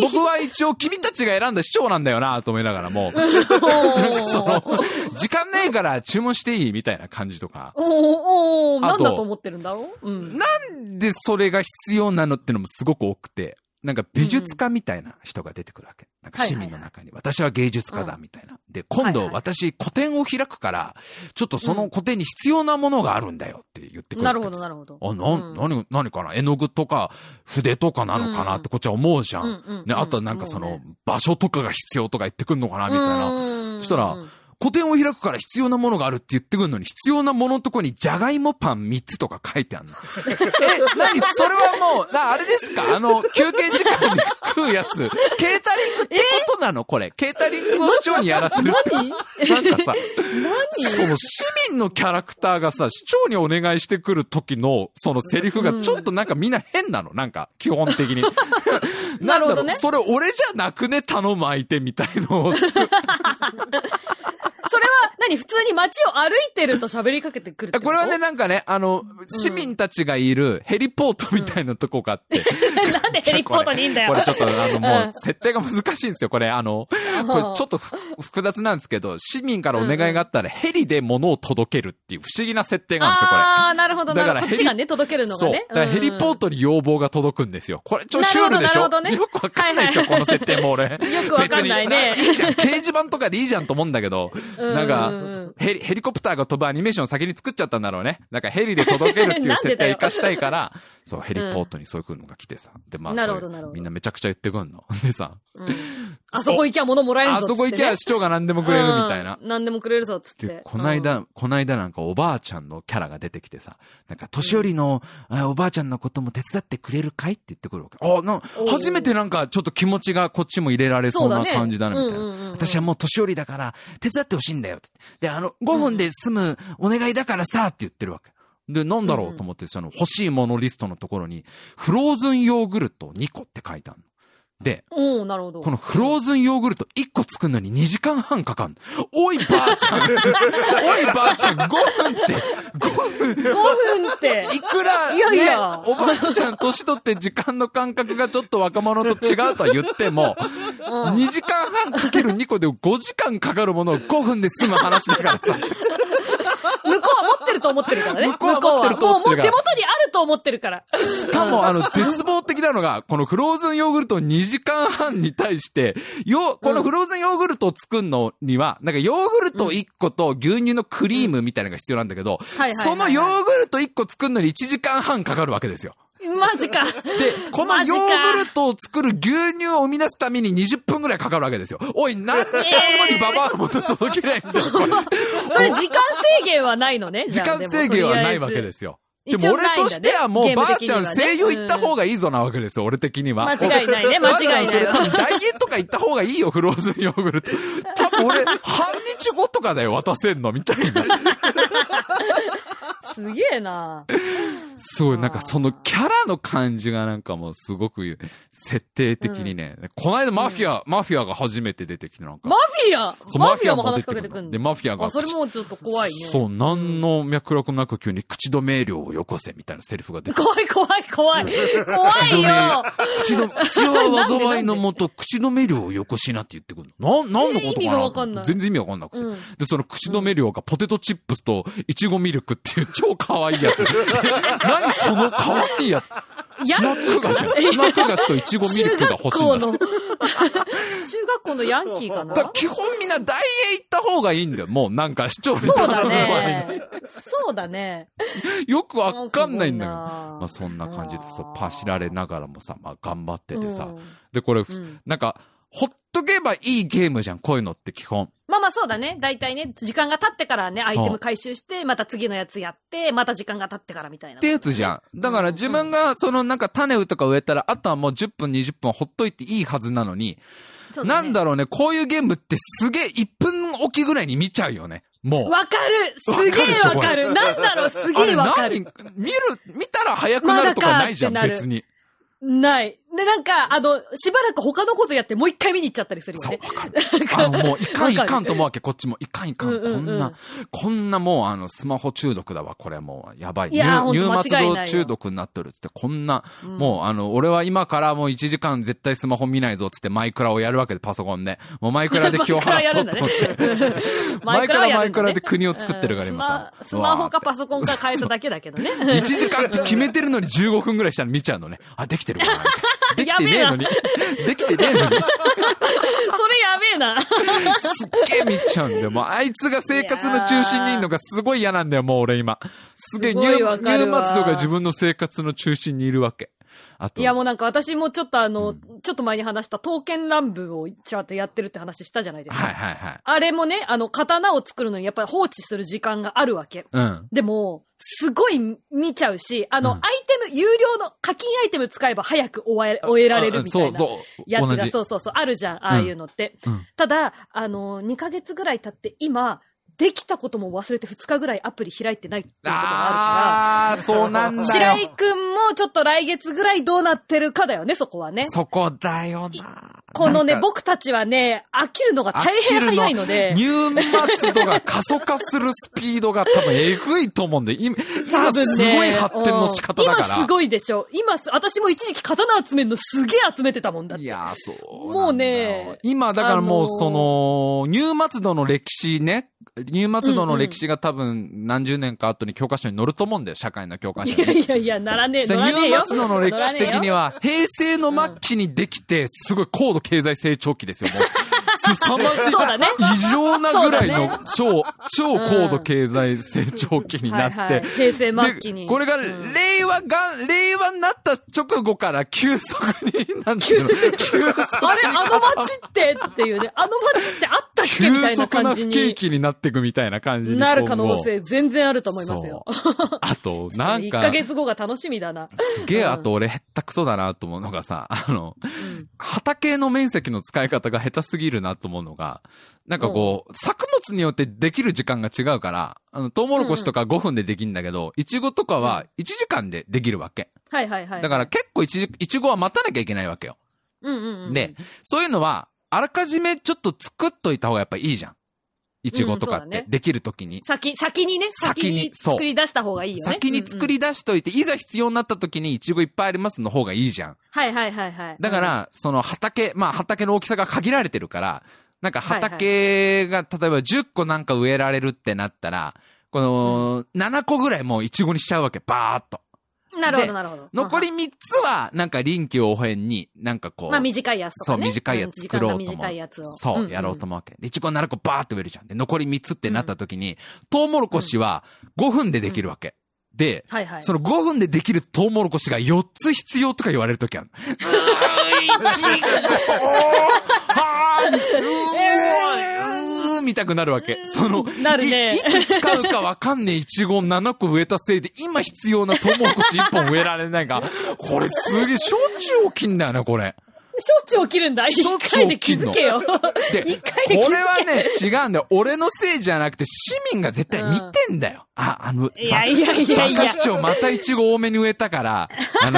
[SPEAKER 2] 僕は一応君たちが選んだ市長なんだよなと思いながらも、 その
[SPEAKER 1] おー、
[SPEAKER 2] 時間ないから注文していいみたいな感じとか。
[SPEAKER 1] おー、おー、
[SPEAKER 2] あ
[SPEAKER 1] な
[SPEAKER 2] と
[SPEAKER 1] んだと思ってるんだろううん。
[SPEAKER 2] なんでそれが必要なのってのもすごく多くて、なんか美術家みたいな人が出てくるわけ。なんか市民の中に、私は芸術家だみたいな。で、今
[SPEAKER 1] はい
[SPEAKER 2] 度
[SPEAKER 1] はい
[SPEAKER 2] 私個展を開くから、ちょっとその個展に必要なものがあるんだよって言ってくる
[SPEAKER 1] なるほど、な
[SPEAKER 2] る
[SPEAKER 1] るほど。
[SPEAKER 2] あ、な、
[SPEAKER 1] うん
[SPEAKER 2] 何、何かな絵の具とか筆とかなのかなってこっちは思うじゃ
[SPEAKER 1] うん
[SPEAKER 2] ん。
[SPEAKER 1] うんうん
[SPEAKER 2] ね、あとはなんかその場所とかが必要とか言ってくんのかなみたいな。
[SPEAKER 1] な
[SPEAKER 2] そしたら個展を開くから必要なものがあるって言ってくるのに、必要なもののとこにじゃがいもパン3つとか書いてあるの。 え、なにそれはもう、なあれですかあの、休憩時間に食うやつ。ケータリングってことなのこれ。ケータリングを市長にやらせるって。
[SPEAKER 1] 何
[SPEAKER 2] なんかさ、その市民のキャラクターがさ、市長にお願いしてくる時の、そのセリフがちょっとなんかみんな変なの。なんか、基本的に。
[SPEAKER 1] なるほ
[SPEAKER 2] なんだ
[SPEAKER 1] どね
[SPEAKER 2] ろうそれ俺じゃなくね、頼む相手みたいのを。
[SPEAKER 1] それは、何普通に街を歩いてると喋りかけてくるって
[SPEAKER 2] あ
[SPEAKER 1] こと
[SPEAKER 2] これはね、、なんかね、あの、市民たちがいるヘリポートみたいなとこがあ って。
[SPEAKER 1] なんでヘリポートにいいんだよ。
[SPEAKER 2] これちょっと、あの、
[SPEAKER 1] う
[SPEAKER 2] も
[SPEAKER 1] ん
[SPEAKER 2] う、設定が難しいんですよ、これ。あの、これちょっとふ複雑なんですけど、市民からお願いがあったら、ヘリで物を届けるっていう不思議な設定なんですよ、これ。
[SPEAKER 1] ああ、なるほど、なる
[SPEAKER 2] だ
[SPEAKER 1] ほ
[SPEAKER 2] から
[SPEAKER 1] ど。こっ
[SPEAKER 2] ヘ
[SPEAKER 1] ち
[SPEAKER 2] リ
[SPEAKER 1] がね、届けるのが
[SPEAKER 2] そう。
[SPEAKER 1] ね
[SPEAKER 2] だ。からヘリポートに要望が届くんですよ。これ、ちょ、シュールでしょ
[SPEAKER 1] なるほどなるほ
[SPEAKER 2] よ
[SPEAKER 1] どね
[SPEAKER 2] くわかんないですよ、
[SPEAKER 1] はいはい
[SPEAKER 2] この設定も俺。よ
[SPEAKER 1] くわかんないね
[SPEAKER 2] いいじゃん、掲示板とかでいいじゃんと思うんだけど、
[SPEAKER 1] うん
[SPEAKER 2] なんか、ヘリ、ヘリコプターが飛ぶアニメーションを先に作っちゃったんだろうね。なんかヘリで届ける ってい
[SPEAKER 1] な
[SPEAKER 2] うん
[SPEAKER 1] で
[SPEAKER 2] 設
[SPEAKER 1] だ
[SPEAKER 2] 定
[SPEAKER 1] よ
[SPEAKER 2] を活かしたいから、そう、ヘリポートにそういうのが来てさ。で、まあ、
[SPEAKER 1] なるほど
[SPEAKER 2] そういう
[SPEAKER 1] なるほど
[SPEAKER 2] みんなめちゃくちゃ言ってくんの。 でさ、
[SPEAKER 1] うんあそこ行きゃ物もらえるぞ
[SPEAKER 2] あ
[SPEAKER 1] っつって、ね。
[SPEAKER 2] そこ行けば市長が何でもくれるみたいな
[SPEAKER 1] うん。。何でもくれるぞっつっ
[SPEAKER 2] で
[SPEAKER 1] て、。
[SPEAKER 2] こないだ、こないだなんかおばあちゃんのキャラが出てきてさ、なんか年寄りの、あおばあちゃんのことも手伝ってくれるかいって言ってくるわけ。あ、な
[SPEAKER 1] お、ー
[SPEAKER 2] 初めてなんかちょっと気持ちがこっちも入れられそうな感じだね、みたい
[SPEAKER 1] そうだねうんうんうん
[SPEAKER 2] な。
[SPEAKER 1] うん
[SPEAKER 2] 私はもう年寄りだから手伝ってほしいんだよって。で、あの、5分で済むお願いだからさ、って言ってるわけ。で、なんだろうと思って、その欲しいものリストのところに、フローズンヨーグルト2個って書いてあるの。で、
[SPEAKER 1] うん。おーなるほど。
[SPEAKER 2] このフローズンヨーグルト1個作るのに2時間半かかんの。おいばあちゃんおいばあちゃん !5 分って !5 分
[SPEAKER 1] 5分って。
[SPEAKER 2] いくら、ね、
[SPEAKER 1] いやいや
[SPEAKER 2] おばあちゃん年取って時間の感覚がちょっと若者と違うとは言っても、
[SPEAKER 1] うん
[SPEAKER 2] 2時間半かける2個で5時間かかるものを5分で済む話だからさ。
[SPEAKER 1] 向こうは持ってると思ってるからね。
[SPEAKER 2] 向こうは持ってると思ってるから
[SPEAKER 1] 向こうはもうもう手元にあると思ってるから。
[SPEAKER 2] しかも、あの、絶望的なのが、このフローズンヨーグルト2時間半に対して、よ、このフローズンヨーグルトを作るのには、なんかヨーグルト1個と牛乳のクリームみたいなのが必要なんだけど
[SPEAKER 1] はいはいはい、はい
[SPEAKER 2] そのヨーグルト1個作るのに1時間半かかるわけですよ。
[SPEAKER 1] マジか。
[SPEAKER 2] で、この
[SPEAKER 1] マジ
[SPEAKER 2] ヨ
[SPEAKER 1] か
[SPEAKER 2] ーグルトを作る牛乳を生み出すために20分ぐらいかかるわけですよ。おい、何時間後にババアの元届けないんですよ。これ
[SPEAKER 1] それ時間制限はないのね。。
[SPEAKER 2] 時間制限はないわけですすよ。
[SPEAKER 1] 一
[SPEAKER 2] で
[SPEAKER 1] 応
[SPEAKER 2] も俺としてはも
[SPEAKER 1] ないうんだね
[SPEAKER 2] ばあちゃん
[SPEAKER 1] ゲーム的にはね
[SPEAKER 2] 声優行った方がいいぞなわけですよ、俺的には。
[SPEAKER 1] 間違いないね。間違いないわ。
[SPEAKER 2] ダイエットか行った方がいいよ、フローズンヨーグルト。多分俺、半日後とかだよ、渡せんの、みたいな。
[SPEAKER 1] すげえな。
[SPEAKER 2] すごい、なんかそのキャラの感じがなんかもうすごく、設定的にね。こないだマフィア、マフィアが初めて出てきて、なんか。
[SPEAKER 1] マフィア
[SPEAKER 2] そう
[SPEAKER 1] マフィアも話しかけてく
[SPEAKER 2] マフィアも出く
[SPEAKER 1] んの
[SPEAKER 2] で、マフィアが。
[SPEAKER 1] あ、それもちょっと怖いね。
[SPEAKER 2] そう、何の脈絡なく急に口止め料をよこせ、みたいなセリフが出て
[SPEAKER 1] 怖い怖い怖い。怖いよ。
[SPEAKER 2] 口 の、口は災いのもと、口止め料をよこしなって言ってくるの。な、なんのことかな
[SPEAKER 1] 意味がわかんない
[SPEAKER 2] 全然意味わかんなくて。
[SPEAKER 1] うん
[SPEAKER 2] で、その口止め料がポテトチップスといちごミルクっていう超可愛い やつ。何その可愛いやつ。ス
[SPEAKER 1] や
[SPEAKER 2] ナック菓子。スナック菓子といちごミ
[SPEAKER 1] 中
[SPEAKER 2] ルクが
[SPEAKER 1] 学
[SPEAKER 2] 欲しいん
[SPEAKER 1] 校
[SPEAKER 2] だ
[SPEAKER 1] の、 中学校のヤンキーかな
[SPEAKER 2] だから基本みんな大英行った方がいいんだよ。もうなんか市長みた
[SPEAKER 1] そ
[SPEAKER 2] いうなの
[SPEAKER 1] だ
[SPEAKER 2] の前に。
[SPEAKER 1] ね。そうだね。
[SPEAKER 2] よくわかんないんだけど。
[SPEAKER 1] あ
[SPEAKER 2] まあそんな感じで、そう、パシられながらもさ、まあ頑張って
[SPEAKER 1] すごい
[SPEAKER 2] て
[SPEAKER 1] な
[SPEAKER 2] さ。
[SPEAKER 1] うん
[SPEAKER 2] で、これ、
[SPEAKER 1] ん
[SPEAKER 2] なんか、ほっとけばいいゲームじゃん、こういうのって基本。
[SPEAKER 1] まあまあそうだね。大体ね、時間が経ってからね、アイテム回収して、また次のやつやって、また時間が経ってからみたいな
[SPEAKER 2] って。やつじゃん。だから自分が、そのなんか種とか植えたら、あとはもう10分、20分ほっといていいはずなのに、
[SPEAKER 1] そうね
[SPEAKER 2] なんだろうね、こういうゲームってすげえ1分おきぐらいに見ちゃうよね。もう。
[SPEAKER 1] わかるすげえわかるなんだろうす
[SPEAKER 2] あ
[SPEAKER 1] げ
[SPEAKER 2] れ
[SPEAKER 1] えわかる
[SPEAKER 2] 何見る、見たら早くなるとかないじゃん、
[SPEAKER 1] まだかってなる
[SPEAKER 2] 別に。
[SPEAKER 1] ない。で、なんか、あの、しばらく他のことやって、もう一回見に行っちゃった りするよ
[SPEAKER 2] そう、わ
[SPEAKER 1] ね。
[SPEAKER 2] かる。あの、もう、いかんい
[SPEAKER 1] わかる
[SPEAKER 2] かんと思うわけ、こっちも。いかんいか。
[SPEAKER 1] うんんうん
[SPEAKER 2] こ
[SPEAKER 1] うん
[SPEAKER 2] んな、こんなもう、あの、スマホ中毒だわ、これもう、やばい。
[SPEAKER 1] いやー
[SPEAKER 2] 入
[SPEAKER 1] ほんと
[SPEAKER 2] 末
[SPEAKER 1] 間違い
[SPEAKER 2] 堂
[SPEAKER 1] ないよ
[SPEAKER 2] 中毒になっとるっつって、こんな、
[SPEAKER 1] うん
[SPEAKER 2] もう、あの、俺は今からもう1時間絶対スマホ見ないぞっつって、マイクラをやるわけで、パソコンで。もうマイクラで気を
[SPEAKER 1] マイクラ
[SPEAKER 2] 払
[SPEAKER 1] や
[SPEAKER 2] そ
[SPEAKER 1] る
[SPEAKER 2] うん
[SPEAKER 1] だ
[SPEAKER 2] と
[SPEAKER 1] ね
[SPEAKER 2] 思 って。 マイクラはマイクラで国を作ってるから
[SPEAKER 1] うん
[SPEAKER 2] 今さ
[SPEAKER 1] スマスマホかパソコンか変えただけだけどね。
[SPEAKER 2] 1時間って決めてるのに15分ぐらいしたら見ちゃうのね。あ、できてるか なみたいな。できてねえのに。できてねえのに。
[SPEAKER 1] それやべえな。
[SPEAKER 2] すっげえ見ちゃうんだよ。もうあいつが生活の中心にいるのがすごい嫌なんだよ、もう俺今。すげえ、
[SPEAKER 1] す
[SPEAKER 2] ニ
[SPEAKER 1] ご
[SPEAKER 2] ュ
[SPEAKER 1] い
[SPEAKER 2] ーマ
[SPEAKER 1] わ
[SPEAKER 2] ツ
[SPEAKER 1] かるわ
[SPEAKER 2] ドが自分の生活の中心にいるわけ。あと、
[SPEAKER 1] いやもうなんか私もちょっとあの、ちょっと前に話した刀剣乱舞をちゃんとやってるって話したじゃないですか。
[SPEAKER 2] はいはいはい。
[SPEAKER 1] あれもね、あの、刀を作るのにやっぱり放置する時間があるわけ。
[SPEAKER 2] うん。
[SPEAKER 1] でも、すごい見ちゃうし、あの、
[SPEAKER 2] うん
[SPEAKER 1] アイテム、有料の課金アイテム使えば早く終え終えられるみたいな。
[SPEAKER 2] うんそう
[SPEAKER 1] や
[SPEAKER 2] そう。同
[SPEAKER 1] つが、
[SPEAKER 2] じ。
[SPEAKER 1] そうそうそう、あるじゃん、ああいうのって。
[SPEAKER 2] うん
[SPEAKER 1] ただ、あの、2ヶ月ぐらい経って、今、できたことも忘れて2日ぐらいアプリ開いてないっていうことがあ
[SPEAKER 2] あ
[SPEAKER 1] るか
[SPEAKER 2] ー、そうなんだ
[SPEAKER 1] ら。
[SPEAKER 2] よ。
[SPEAKER 1] 白井くんもちょっと来月ぐらいどうなってるかだよね、そこはね。
[SPEAKER 2] そこだよな。
[SPEAKER 1] このね、
[SPEAKER 2] なんか
[SPEAKER 1] 僕たちはね、飽きるのが大変早いので
[SPEAKER 2] 飽、きるの入末度が加速化するスピードが多分えぐいと思うんで、今、
[SPEAKER 1] 多
[SPEAKER 2] 今
[SPEAKER 1] 分
[SPEAKER 2] す
[SPEAKER 1] ね
[SPEAKER 2] ごい発展の仕方だから。
[SPEAKER 1] うん今すごいでしょ。今す、私も一時期刀集めるのすげえ集めてたもんだって。
[SPEAKER 2] いやー、そうなんだよ。
[SPEAKER 1] もうね
[SPEAKER 2] 今、だからもう、
[SPEAKER 1] あのー
[SPEAKER 2] その、入末度の歴史ね、入末度の歴史が多分何十年か後に教科書に載ると思うんだよ、社会の教科書
[SPEAKER 1] い
[SPEAKER 2] に。
[SPEAKER 1] やいやいや、ならねえ、
[SPEAKER 2] そ
[SPEAKER 1] な
[SPEAKER 2] れ
[SPEAKER 1] らねえよ
[SPEAKER 2] 入。末度の歴史的に
[SPEAKER 1] は。
[SPEAKER 2] は、平成の末期にできて、すごい高度経済成長期ですよ、もう。 凄まじい
[SPEAKER 1] そうだね。
[SPEAKER 2] 異常なぐらい
[SPEAKER 1] そうだ
[SPEAKER 2] の
[SPEAKER 1] ね
[SPEAKER 2] 超、超高度経済成長期になっ
[SPEAKER 1] はいは
[SPEAKER 2] て
[SPEAKER 1] い、平成末期に
[SPEAKER 2] でこれが、
[SPEAKER 1] うん
[SPEAKER 2] 令和が、令和になった直後から急速に、なんていうの、
[SPEAKER 1] あれ、あの街ってってい うね、あの街ってあったっけみた
[SPEAKER 2] 急
[SPEAKER 1] いな
[SPEAKER 2] 速な
[SPEAKER 1] 感
[SPEAKER 2] 不
[SPEAKER 1] じ
[SPEAKER 2] 景
[SPEAKER 1] に
[SPEAKER 2] 気になっていくみたいな感じに。
[SPEAKER 1] なる可
[SPEAKER 2] 今
[SPEAKER 1] 能
[SPEAKER 2] 後
[SPEAKER 1] 性全然あると思いますよ。
[SPEAKER 2] そうあと、なん
[SPEAKER 1] 1
[SPEAKER 2] か、
[SPEAKER 1] ヶ月後が楽しみだな。
[SPEAKER 2] すげえ、あと俺、へったくそだなと思うのがさ、あの、
[SPEAKER 1] うん
[SPEAKER 2] 畑の面積の使い方が下手すぎるなと思うのが、なんかこう、作物によってできる時間が違うから、あの、トウモロコシとか5分でできるんだけど、イチゴとかは1時間でできるわけ。
[SPEAKER 1] はいはいはい。
[SPEAKER 2] だから、結構イチイチゴは待たなきゃいけないわけよ。
[SPEAKER 1] うんうんうん。
[SPEAKER 2] で、そういうのは、あらかじめちょっと作っといた方がやっぱいいじゃん。イチゴとかっ
[SPEAKER 1] うんそうだ
[SPEAKER 2] て
[SPEAKER 1] ね、
[SPEAKER 2] できる時に。
[SPEAKER 1] 先、先にね、
[SPEAKER 2] 先
[SPEAKER 1] 先
[SPEAKER 2] に
[SPEAKER 1] に
[SPEAKER 2] そう
[SPEAKER 1] 作り出した方がいいよね。
[SPEAKER 2] 先に作
[SPEAKER 1] うんうん。
[SPEAKER 2] り出しといて、いざ必要になった時にイチゴいっぱいありますの方がいいじゃん。
[SPEAKER 1] はいはいはいはい。
[SPEAKER 2] だか、ら、その畑、まあ畑の大きさが限られてるから、なんか畑が、例えば10個なんか植えられるってなったら、この、7個ぐらいもうイチゴにしちゃうわけ、バーっと。
[SPEAKER 1] なるほ
[SPEAKER 2] で
[SPEAKER 1] どなるほど。
[SPEAKER 2] 残り
[SPEAKER 1] うん
[SPEAKER 2] 3つは、なんか臨機応変に、なんかこう。
[SPEAKER 1] まあ短いやつと
[SPEAKER 2] そう、
[SPEAKER 1] かね。
[SPEAKER 2] 短いやつ
[SPEAKER 1] ん
[SPEAKER 2] 作ろうと
[SPEAKER 1] 時間
[SPEAKER 2] 思
[SPEAKER 1] が短いやつ
[SPEAKER 2] う。
[SPEAKER 1] を。
[SPEAKER 2] そう、やろうと思うわけ。で、イチゴ7個バーって植えるじゃん。で、残り3つってなった時に、トウモロコシは5分でできるわけ。で、
[SPEAKER 1] はいはい。
[SPEAKER 2] その5分でできるトウモロコシが4つ必要とか言われるときある。うーいちごはーいうーうーみたくなるわけ。その、
[SPEAKER 1] なるね
[SPEAKER 2] いいつ使うかわかんねえイチゴを7個植えたせいで、今必要なトウモロコシ1本植えられないが、これすげえ、しょっちゅう起きんだよね、これ。
[SPEAKER 1] しょっちゅう起きるんだ。
[SPEAKER 2] しょ
[SPEAKER 1] 一
[SPEAKER 2] っちゅ
[SPEAKER 1] 回
[SPEAKER 2] う
[SPEAKER 1] で
[SPEAKER 2] 起き
[SPEAKER 1] 気
[SPEAKER 2] ん
[SPEAKER 1] づ
[SPEAKER 2] の
[SPEAKER 1] けよ。
[SPEAKER 2] で、
[SPEAKER 1] 一回で気づけ
[SPEAKER 2] これはね、違うんだよ。俺のせいじゃなくて、市民が絶対見てんだよ。あ、あの、
[SPEAKER 1] いやいやいやい
[SPEAKER 2] バカ。
[SPEAKER 1] や
[SPEAKER 2] 市長またイチゴ多めに植えたから、あ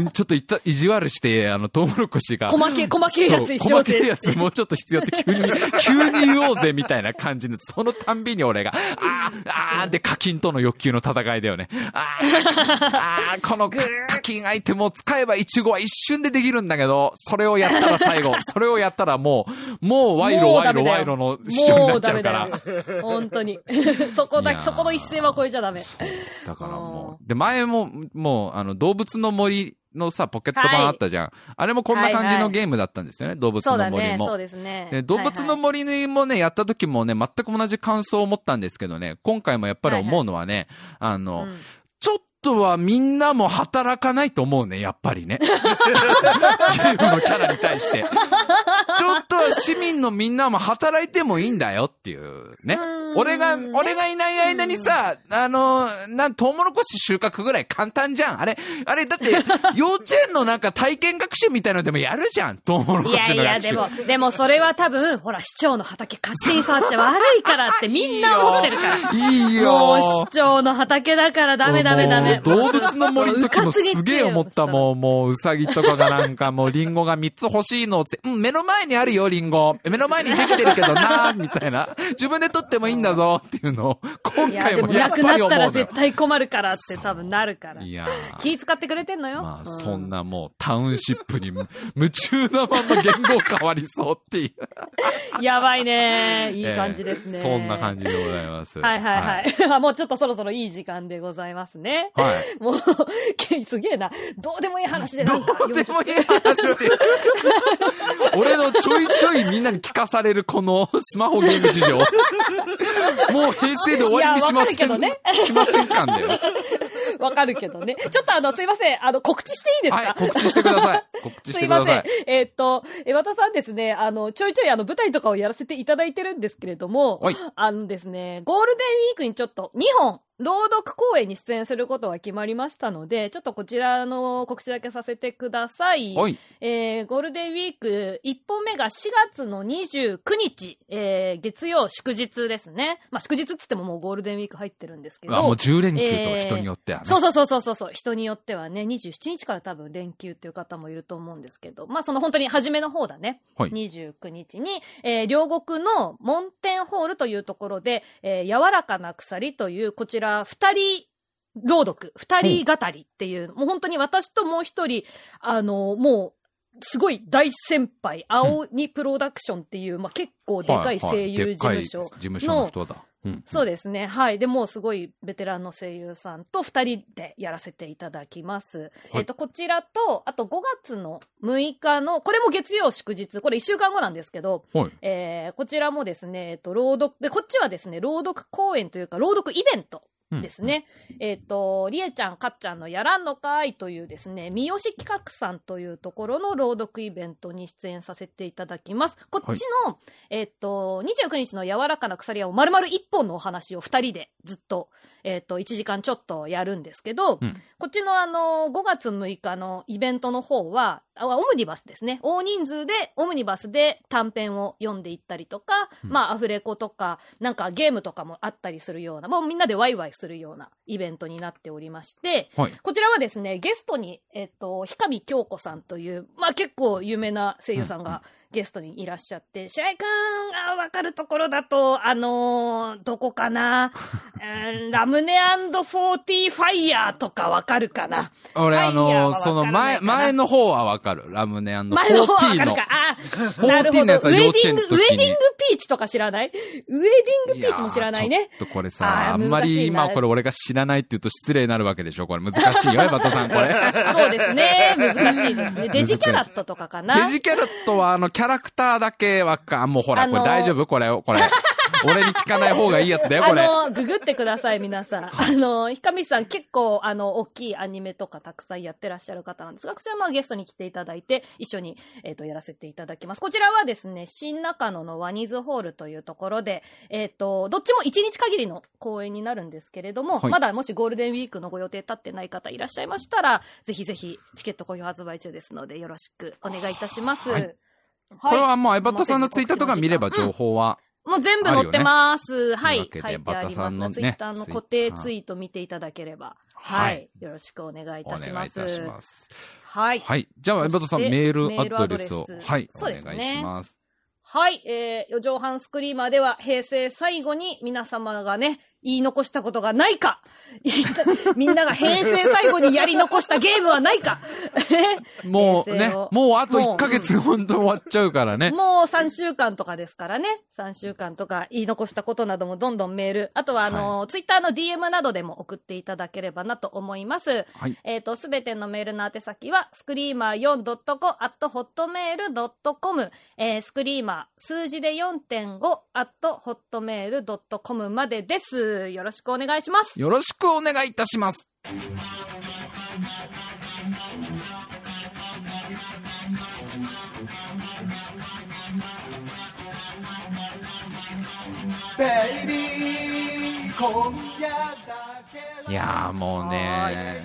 [SPEAKER 2] の、 ちょっといった意地悪して、あの、トウモロコシが。
[SPEAKER 1] 細け、細けいや
[SPEAKER 2] そ
[SPEAKER 1] つ
[SPEAKER 2] う
[SPEAKER 1] 一緒
[SPEAKER 2] 細けい
[SPEAKER 1] で。
[SPEAKER 2] やつもうちょっと必要って急に、 急に言おうぜみたいな感じで、そのたんびに俺が、あー、あーで課金との欲求の戦いだよね。あ ー、あーこの課課金アイテムを使えばイチゴは一瞬でできるんだけど、それをやったら最 後、それをやったらもう、もう賄賂
[SPEAKER 1] もう
[SPEAKER 2] 賄
[SPEAKER 1] ダ
[SPEAKER 2] 賂
[SPEAKER 1] メだ
[SPEAKER 2] 賄
[SPEAKER 1] よ
[SPEAKER 2] 賂の主張になっちゃうから。
[SPEAKER 1] もうダメだよ本当に。 そこ
[SPEAKER 2] いや
[SPEAKER 1] だ、
[SPEAKER 2] ー
[SPEAKER 1] そこの一線は超えちゃダメ。
[SPEAKER 2] そう。だからもう。で、前も、もう、あの、動物の森のさ、ポケット版あったじゃん。あれもこんな感じ
[SPEAKER 1] はいは
[SPEAKER 2] の
[SPEAKER 1] い
[SPEAKER 2] ゲームだったんですよね、動物
[SPEAKER 1] そうだ
[SPEAKER 2] の森
[SPEAKER 1] ね、そう
[SPEAKER 2] も。
[SPEAKER 1] ですね。
[SPEAKER 2] で動物
[SPEAKER 1] は
[SPEAKER 2] の
[SPEAKER 1] いはい
[SPEAKER 2] 森もね、やった時もね、全く同じ感想を持ったんですけどね、今回もやっぱり思うのはね、あの、
[SPEAKER 1] うん
[SPEAKER 2] ちょっとはみんなも働かないと思うね、やっぱりね。ゲームのキャラに対して。ちょっとは市民のみんなも働いてもいいんだよっていうね
[SPEAKER 1] うー。ん
[SPEAKER 2] 俺が、
[SPEAKER 1] ね
[SPEAKER 2] 俺がいない間にさ、あの、なん、トウモロコシ収穫ぐらい簡単じゃん。あれ、あれだって、幼稚園のなんか体験学習みたいのでもやるじゃん、トウモロコ
[SPEAKER 1] い
[SPEAKER 2] シの
[SPEAKER 1] や
[SPEAKER 2] 学習。
[SPEAKER 1] いや、でも、でもそれは多分、ほら、市長の畑勝手に触っちゃ悪いからってみんな思ってるから。
[SPEAKER 2] いいよ。
[SPEAKER 1] もう市長の畑だからダメダメダ
[SPEAKER 2] も
[SPEAKER 1] メ。
[SPEAKER 2] う動物の森の時もすげえ思った
[SPEAKER 1] ん。
[SPEAKER 2] もん。もう、うさぎとかがなん かもう、リンゴが3つ欲しいのって、うん、目の前にあるよ、リンゴ。目の前にできてるけど な、みたいな。自分で取ってもいいんだぞ、っていうのを、今
[SPEAKER 1] いや、
[SPEAKER 2] 回
[SPEAKER 1] で
[SPEAKER 2] も
[SPEAKER 1] も
[SPEAKER 2] やっ
[SPEAKER 1] な
[SPEAKER 2] ぱ
[SPEAKER 1] く
[SPEAKER 2] り
[SPEAKER 1] な
[SPEAKER 2] 思
[SPEAKER 1] っ
[SPEAKER 2] うのよ
[SPEAKER 1] たら絶対困るからって多分なるから。
[SPEAKER 2] いやー。
[SPEAKER 1] 気使ってくれてんのよ。
[SPEAKER 2] まあ、
[SPEAKER 1] う
[SPEAKER 2] そんなもう、タウンシップに む夢中なまんま言語変わりそうっていう。
[SPEAKER 1] やば いね。いい感じですね。
[SPEAKER 2] えーそんな感じでございます。
[SPEAKER 1] はいはいはい。 あもうちょっとそろそろいい時間でございま すね。
[SPEAKER 2] はい。はい
[SPEAKER 1] もう、けすげえな。どうでもいい話で
[SPEAKER 2] ど
[SPEAKER 1] なんか
[SPEAKER 2] うで
[SPEAKER 1] 40
[SPEAKER 2] もいい話 で。俺のちょいちょいみんなに聞かされるこの スマホゲーム事情。もう平成で終わりにしません。
[SPEAKER 1] いやわかる
[SPEAKER 2] しませんかん だよ。
[SPEAKER 1] わかるけどね。ちょっとあの、すいません。あの、告知していいですか、
[SPEAKER 2] はい、告知してください。 告知し
[SPEAKER 1] すい
[SPEAKER 2] てくだ
[SPEAKER 1] ま
[SPEAKER 2] さ
[SPEAKER 1] せん
[SPEAKER 2] い。。
[SPEAKER 1] えーっと、え、和田さんですね、あの、ちょいちょいあの、舞台とかをやらせていただいてるんですけれども
[SPEAKER 2] はい、
[SPEAKER 1] あのですね、ゴールデンウィークにちょっと2本、朗読公演に出演することは決まりましたので、ちょっとこちらの告知だけさせてください。
[SPEAKER 2] おい。
[SPEAKER 1] えーゴールデンウィーク1本目が4月の29日、えー月曜祝日ですね。まあ祝日っつってももうゴールデンウィーク入ってるんですけど。
[SPEAKER 2] あ、もう10連休と人によってはね。
[SPEAKER 1] そうそうそうそうそうそう。人によってはね、27日から多分連休っていう方もいると思うんですけど、まあその本当に初めの方だね。
[SPEAKER 2] はい
[SPEAKER 1] 29日に、えー両国の門天ホールというところで、えー柔らかな鎖という、こちら二人、朗読、二人語りっていう、もう本当に私ともう一人、あの、もう、すごい大先輩、青にプロダクションっていう、まあ結構でかい声優事務所
[SPEAKER 2] はいはいでっかい事務所の人だ。うん
[SPEAKER 1] そうですね。はい。でも、すごいベテランの声優さんと2人でやらせていただきます。
[SPEAKER 2] はい
[SPEAKER 1] えっと、こちらと、あと5月の6日の、これも月曜祝日、これ1週間後なんですけど、
[SPEAKER 2] はい。
[SPEAKER 1] えーこちらもですね、えっと、朗読、で、こっちはですね、朗読公演というか、朗読イベント
[SPEAKER 2] うん
[SPEAKER 1] です。ね。えっ、と、りえちゃん、かっちゃんのやらんのかいというですね、三好企画さんというところの朗読イベントに出演させていただきます。こっちの、えっ、と、29日の柔らかな鎖屋を丸々一本のお話を二人でずっと、えっ、と、1時間ちょっとやるんですけど、
[SPEAKER 2] うん
[SPEAKER 1] こっちのあの、5月6日のイベントの方は、あオムニバスですね。大人数で、オムニバスで短編を読んでいったりとか、
[SPEAKER 2] うん
[SPEAKER 1] まあ、アフレコとか、なんかゲームとかもあったりするような、もうみんなでワイワイするようなイベントになっておりまして、
[SPEAKER 2] はい。
[SPEAKER 1] こちらはですね、ゲストに、えっと、氷上京子さんという、まあ結構有名な声優さん
[SPEAKER 2] うんう
[SPEAKER 1] がゲストにいらっしゃって、白井くんがわかるところだと、あのーどこかな、うんラムネフォーティファイヤーとかわかるかな
[SPEAKER 2] 俺、あ
[SPEAKER 1] ファイ
[SPEAKER 2] の、
[SPEAKER 1] ヤーはわから
[SPEAKER 2] その
[SPEAKER 1] な
[SPEAKER 2] 前、
[SPEAKER 1] いかな
[SPEAKER 2] 前の方はわかる。ラムネあの、
[SPEAKER 1] 前の方わ
[SPEAKER 2] 4T
[SPEAKER 1] かる
[SPEAKER 2] の
[SPEAKER 1] か。あー、
[SPEAKER 2] 14
[SPEAKER 1] なるほ
[SPEAKER 2] の
[SPEAKER 1] ど。ウ
[SPEAKER 2] や
[SPEAKER 1] ェ
[SPEAKER 2] つは
[SPEAKER 1] ディ
[SPEAKER 2] 幼
[SPEAKER 1] ング
[SPEAKER 2] 稚、園の時
[SPEAKER 1] ウ
[SPEAKER 2] に
[SPEAKER 1] ェディングピーチとか知らないウェディングピーチも知らな
[SPEAKER 2] や
[SPEAKER 1] い
[SPEAKER 2] ー
[SPEAKER 1] ね。
[SPEAKER 2] ちょっとこれ
[SPEAKER 1] あー
[SPEAKER 2] さ、あんま
[SPEAKER 1] 難し
[SPEAKER 2] り
[SPEAKER 1] いな
[SPEAKER 2] 今これ俺が知らないって言うと失礼になるわけでしょこれ難し いよ、バトさん、これ。
[SPEAKER 1] そうで すね。難しいですね。デジキャラットとかかな。
[SPEAKER 2] デジキャラットはあの、キャラクターだけわかん。もうほら、
[SPEAKER 1] あのー
[SPEAKER 2] これ大丈夫これ、これ。俺に聞かない方がいいやつだよ、これ。
[SPEAKER 1] あの、ググってください、皆さん。あの、ひかみさん結構、あの、大きいアニメとかたくさんやってらっしゃる方なんですが、こちらまあゲストに来ていただいて、一緒に、えっ、と、やらせていただきます。こちらはですね、新中野のワニズホールというところで、えっ、と、どっちも1日限りの公演になるんですけれども、
[SPEAKER 2] はい
[SPEAKER 1] まだもしゴールデンウィークのご予定立ってない方いらっしゃいましたら、ぜひぜひ、チケット好評発売中ですので、よろしくお願いいたします。
[SPEAKER 2] はいこれはもう、相バタさんのツイッターとか見れば
[SPEAKER 1] 告知の時間
[SPEAKER 2] 情報は、
[SPEAKER 1] もう全部載ってます。はい。
[SPEAKER 2] というわけで
[SPEAKER 1] 書いてあり
[SPEAKER 2] バタさ
[SPEAKER 1] ます
[SPEAKER 2] んのね
[SPEAKER 1] ツイッターの固定ツイート見ていただければ。は
[SPEAKER 2] は
[SPEAKER 1] い。
[SPEAKER 2] い
[SPEAKER 1] よろしくお願いい
[SPEAKER 2] お
[SPEAKER 1] た
[SPEAKER 2] 願
[SPEAKER 1] し
[SPEAKER 2] い
[SPEAKER 1] ま
[SPEAKER 2] い
[SPEAKER 1] す。
[SPEAKER 2] たします。
[SPEAKER 1] はい。はい。
[SPEAKER 2] はい。じゃあ、相
[SPEAKER 1] そして
[SPEAKER 2] バタさん、メールアドレスを
[SPEAKER 1] メールアド、レス
[SPEAKER 2] はい、お
[SPEAKER 1] そう
[SPEAKER 2] 願い
[SPEAKER 1] ですね
[SPEAKER 2] します。
[SPEAKER 1] えー、四畳半スクリーマーでは、平成最後に皆様がね、言い残したことがないか 言いたみんなが平成最後にやり残したゲームはないか
[SPEAKER 2] もう
[SPEAKER 1] 平
[SPEAKER 2] ね
[SPEAKER 1] 成を、
[SPEAKER 2] もうあと
[SPEAKER 1] もう
[SPEAKER 2] 1ヶ月本当終わっちゃうからね。
[SPEAKER 1] もう3週間とかですからね。3週間とか言い残したことなどもどんどんメール。あとは、あの、ツイッターの DM などでも送っていただければなと思います。
[SPEAKER 2] はい。
[SPEAKER 1] えっ、と、すべてのメールの宛先は、スクリーマー 4.5.hotmail.com、えー、スクリーマー数字で 4.5.hotmail.com までです。よろしくお願いします。
[SPEAKER 2] よろしくお願いいたします。
[SPEAKER 3] ベイビー今夜だけ
[SPEAKER 2] いやーもうね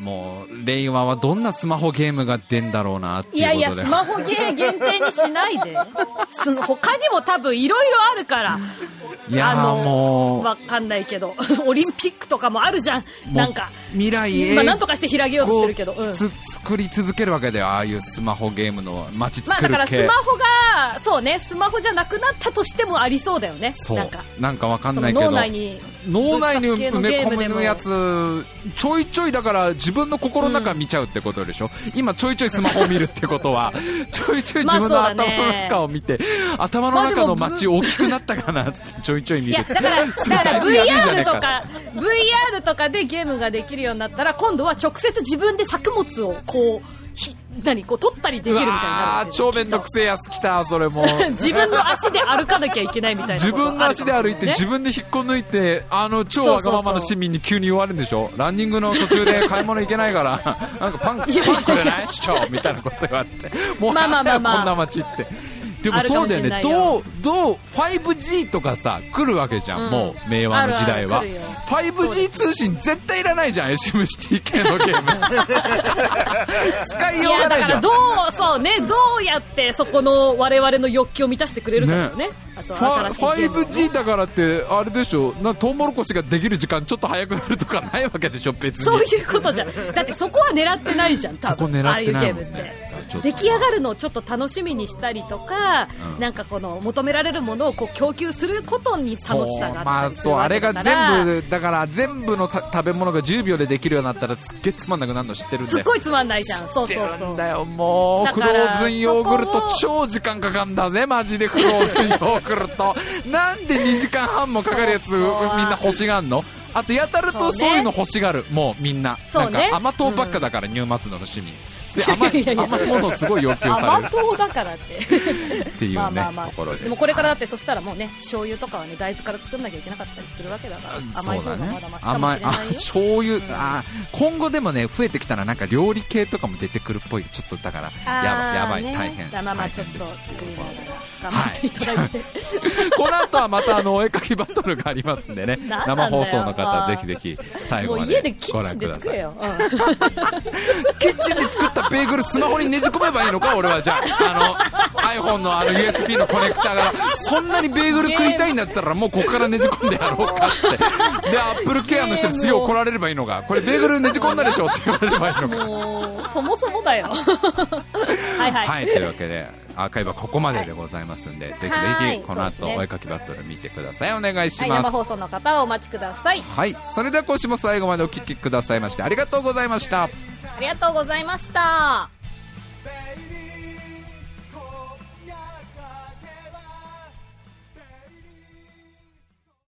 [SPEAKER 1] は、
[SPEAKER 2] もう、令和はどんなスマホゲームが出んだろうなっていうことで。
[SPEAKER 1] いやいや、スマホゲー限定にしないで。その他にも多分いろいろあるから。
[SPEAKER 2] いやー
[SPEAKER 1] あの
[SPEAKER 2] もう、
[SPEAKER 1] わかんないけど、 オリンピックとかもあるじゃん。
[SPEAKER 2] もう
[SPEAKER 1] なんか。
[SPEAKER 2] 未来へ
[SPEAKER 1] 今なんとかして開げようとしてるけど。うん
[SPEAKER 2] つ作り続けるわけでああいうスマホゲームの街
[SPEAKER 1] まあ
[SPEAKER 2] 作
[SPEAKER 1] だ
[SPEAKER 2] る
[SPEAKER 1] からス
[SPEAKER 2] 系、
[SPEAKER 1] マホが、そうね、スマホじゃなくなったとしてもありそうだよね。
[SPEAKER 2] そう
[SPEAKER 1] なんか。
[SPEAKER 2] なんかわかん
[SPEAKER 1] そ
[SPEAKER 2] な
[SPEAKER 1] の
[SPEAKER 2] いけど
[SPEAKER 1] 脳内に。
[SPEAKER 2] 脳内に
[SPEAKER 1] ぶっ刺す系
[SPEAKER 2] 埋
[SPEAKER 1] のゲ
[SPEAKER 2] め
[SPEAKER 1] ームで
[SPEAKER 2] 込
[SPEAKER 1] も
[SPEAKER 2] むやつちょいちょいだから自分の心の中見ちゃうってことでしょ、今ちょいちょいスマホを見るってこと はちょいちょい自分の
[SPEAKER 1] まあそ
[SPEAKER 2] 頭
[SPEAKER 1] うだね
[SPEAKER 2] の中を見て、頭の中の街大きくなったかなってちょいちょい
[SPEAKER 1] い
[SPEAKER 2] 見る
[SPEAKER 1] や、だから、だから
[SPEAKER 2] それやべえじゃね
[SPEAKER 1] VR
[SPEAKER 2] えか
[SPEAKER 1] とか、VR とかでゲームができるようになったら、今度は直接自分で作物をこう、ひ、何、こう取ったりできるみたいにな
[SPEAKER 2] あ
[SPEAKER 1] るわけ
[SPEAKER 2] 超面倒くせえやつ来たそれも
[SPEAKER 1] 自分の足で歩かなきゃいけないみたいなこ
[SPEAKER 2] 自
[SPEAKER 1] と
[SPEAKER 2] 分の足で歩いて
[SPEAKER 1] あるかもしれなね
[SPEAKER 2] 自分で引っこ抜いてあの超
[SPEAKER 1] そうそう
[SPEAKER 2] わ
[SPEAKER 1] そう
[SPEAKER 2] がままの市民に急に言われるんでしょランニングの途中で買い物行けない からなんかパンパンくれない市長みたいなこと言われてもう
[SPEAKER 1] まあまあまあまあ
[SPEAKER 2] なんだよこんな街ってでも
[SPEAKER 1] あるか
[SPEAKER 2] そう
[SPEAKER 1] も
[SPEAKER 2] だ
[SPEAKER 1] し
[SPEAKER 2] よ
[SPEAKER 1] れな
[SPEAKER 2] ね
[SPEAKER 1] いよ
[SPEAKER 2] どうどう 5G とかさ来るわけじゃん、
[SPEAKER 1] うん
[SPEAKER 2] もう令和の時代は
[SPEAKER 1] あるある来るよそうで
[SPEAKER 2] 5G
[SPEAKER 1] す
[SPEAKER 2] 通信絶対いらないじゃんエシムシティ系のゲー ム使い
[SPEAKER 1] い
[SPEAKER 2] よう
[SPEAKER 1] や
[SPEAKER 2] がな
[SPEAKER 1] だ
[SPEAKER 2] い
[SPEAKER 1] か
[SPEAKER 2] じゃ
[SPEAKER 1] ら
[SPEAKER 2] ん
[SPEAKER 1] どうそうねどうやってそこの我々の欲求を満たしてくれるかだよねあと
[SPEAKER 2] ファ
[SPEAKER 1] 新しいゲームをね
[SPEAKER 2] 5G だからってあれでしょなトウモロコシができる時間ちょっと早くなるとかないわけでしょ別に
[SPEAKER 1] そういうことじゃんだってそこは狙ってないじゃん
[SPEAKER 2] そ
[SPEAKER 1] 多
[SPEAKER 2] こ
[SPEAKER 1] 分
[SPEAKER 2] 狙
[SPEAKER 1] ああ
[SPEAKER 2] っ
[SPEAKER 1] い
[SPEAKER 2] て
[SPEAKER 1] うゲ
[SPEAKER 2] ない
[SPEAKER 1] ー
[SPEAKER 2] も
[SPEAKER 1] ムっ
[SPEAKER 2] んね
[SPEAKER 1] て。
[SPEAKER 2] ちょっと
[SPEAKER 1] 出来上がるのをちょっと楽しみにしたりとか、
[SPEAKER 2] うん
[SPEAKER 1] なんかこの求められるものをこう供給することに楽しさがあったり
[SPEAKER 2] そうまあ
[SPEAKER 1] する
[SPEAKER 2] そうあ
[SPEAKER 1] わ
[SPEAKER 2] れ
[SPEAKER 1] けだ
[SPEAKER 2] が
[SPEAKER 1] から
[SPEAKER 2] 全部だから全部のた食べ物が10秒でできるようになったらすっげえつまんなくなるの知ってるんだよ
[SPEAKER 1] すっごいつまんないじゃんそう
[SPEAKER 2] 知
[SPEAKER 1] そ
[SPEAKER 2] っ
[SPEAKER 1] う
[SPEAKER 2] て
[SPEAKER 1] そ
[SPEAKER 2] るんだ
[SPEAKER 1] う
[SPEAKER 2] よもう
[SPEAKER 1] だ
[SPEAKER 2] フ
[SPEAKER 1] か
[SPEAKER 2] ロ
[SPEAKER 1] ら
[SPEAKER 2] ーズンヨーグルト
[SPEAKER 1] そ
[SPEAKER 2] 超時間かかんだぜマジでフローズンヨーグル トなんで2時間半もかかるやつ
[SPEAKER 1] そ
[SPEAKER 2] みん
[SPEAKER 1] うそう
[SPEAKER 2] な欲しがんのあとやたらと
[SPEAKER 1] そうね
[SPEAKER 2] そういうの欲しがるもうみんな
[SPEAKER 1] そうね
[SPEAKER 2] なんか甘党ばっかだから入末の趣味で甘
[SPEAKER 1] いやいやいや
[SPEAKER 2] 甘いものをすごい要求さ
[SPEAKER 1] 甘
[SPEAKER 2] れる
[SPEAKER 1] 党だからって
[SPEAKER 2] って いう
[SPEAKER 1] まあ
[SPEAKER 2] ね
[SPEAKER 1] まあまあ
[SPEAKER 2] ところで
[SPEAKER 1] でもこれからだってそしたらもうね醤油とかはね大豆から作んなきゃいけなかったりするわけだから甘い
[SPEAKER 2] そう
[SPEAKER 1] 方
[SPEAKER 2] だ
[SPEAKER 1] が
[SPEAKER 2] ね
[SPEAKER 1] まだマシかもしれ
[SPEAKER 2] あ
[SPEAKER 1] ないよ
[SPEAKER 2] 醤油、あ今後でもね増えてきたらなんか料理系とかも出てくるっぽいちょっとだからやば
[SPEAKER 1] あー
[SPEAKER 2] やばい、
[SPEAKER 1] ね
[SPEAKER 2] 大変
[SPEAKER 1] だまあまあ
[SPEAKER 2] 大
[SPEAKER 1] ちょっ
[SPEAKER 2] 変で
[SPEAKER 1] と
[SPEAKER 2] す
[SPEAKER 1] 作りながら頑張っていただいて、
[SPEAKER 2] この後はまたあのお絵かきバトルがありますんでね
[SPEAKER 1] なんなんだ
[SPEAKER 2] 生
[SPEAKER 1] よ
[SPEAKER 2] 放送の方ぜひぜひ最後
[SPEAKER 1] もう
[SPEAKER 2] ま
[SPEAKER 1] 家
[SPEAKER 2] で
[SPEAKER 1] でキ
[SPEAKER 2] ご
[SPEAKER 1] ッチ
[SPEAKER 2] 覧く
[SPEAKER 1] ンで
[SPEAKER 2] だ
[SPEAKER 1] 作
[SPEAKER 2] さ
[SPEAKER 1] れ
[SPEAKER 2] い
[SPEAKER 1] よ、うん
[SPEAKER 2] キッチンで作ったベーグルスマホにねじ込めばいいのか俺はじ ゃああの iPhone のあの USB のコネクターがそんなにベーグル食いたいんだったらもうここからねじ込んでやろうかってで Apple ケアの人にすげえ怒られればいいのかこれベーグルねじ込んだでしょって言われればいいのか
[SPEAKER 1] もうそもそもだよはいはい、
[SPEAKER 2] はい、というわけでアーカイブはここまででございますんで、ぜひぜ
[SPEAKER 1] はい
[SPEAKER 2] ひこの後
[SPEAKER 1] そうですね
[SPEAKER 2] お絵かきバトル見てくださいお願いし
[SPEAKER 1] はい
[SPEAKER 2] ます、
[SPEAKER 1] 生
[SPEAKER 2] はい
[SPEAKER 1] 放送の方はお待ちください
[SPEAKER 2] それでは今週も最後までお聞きくださいましてありがとうございました
[SPEAKER 1] ありがとうございました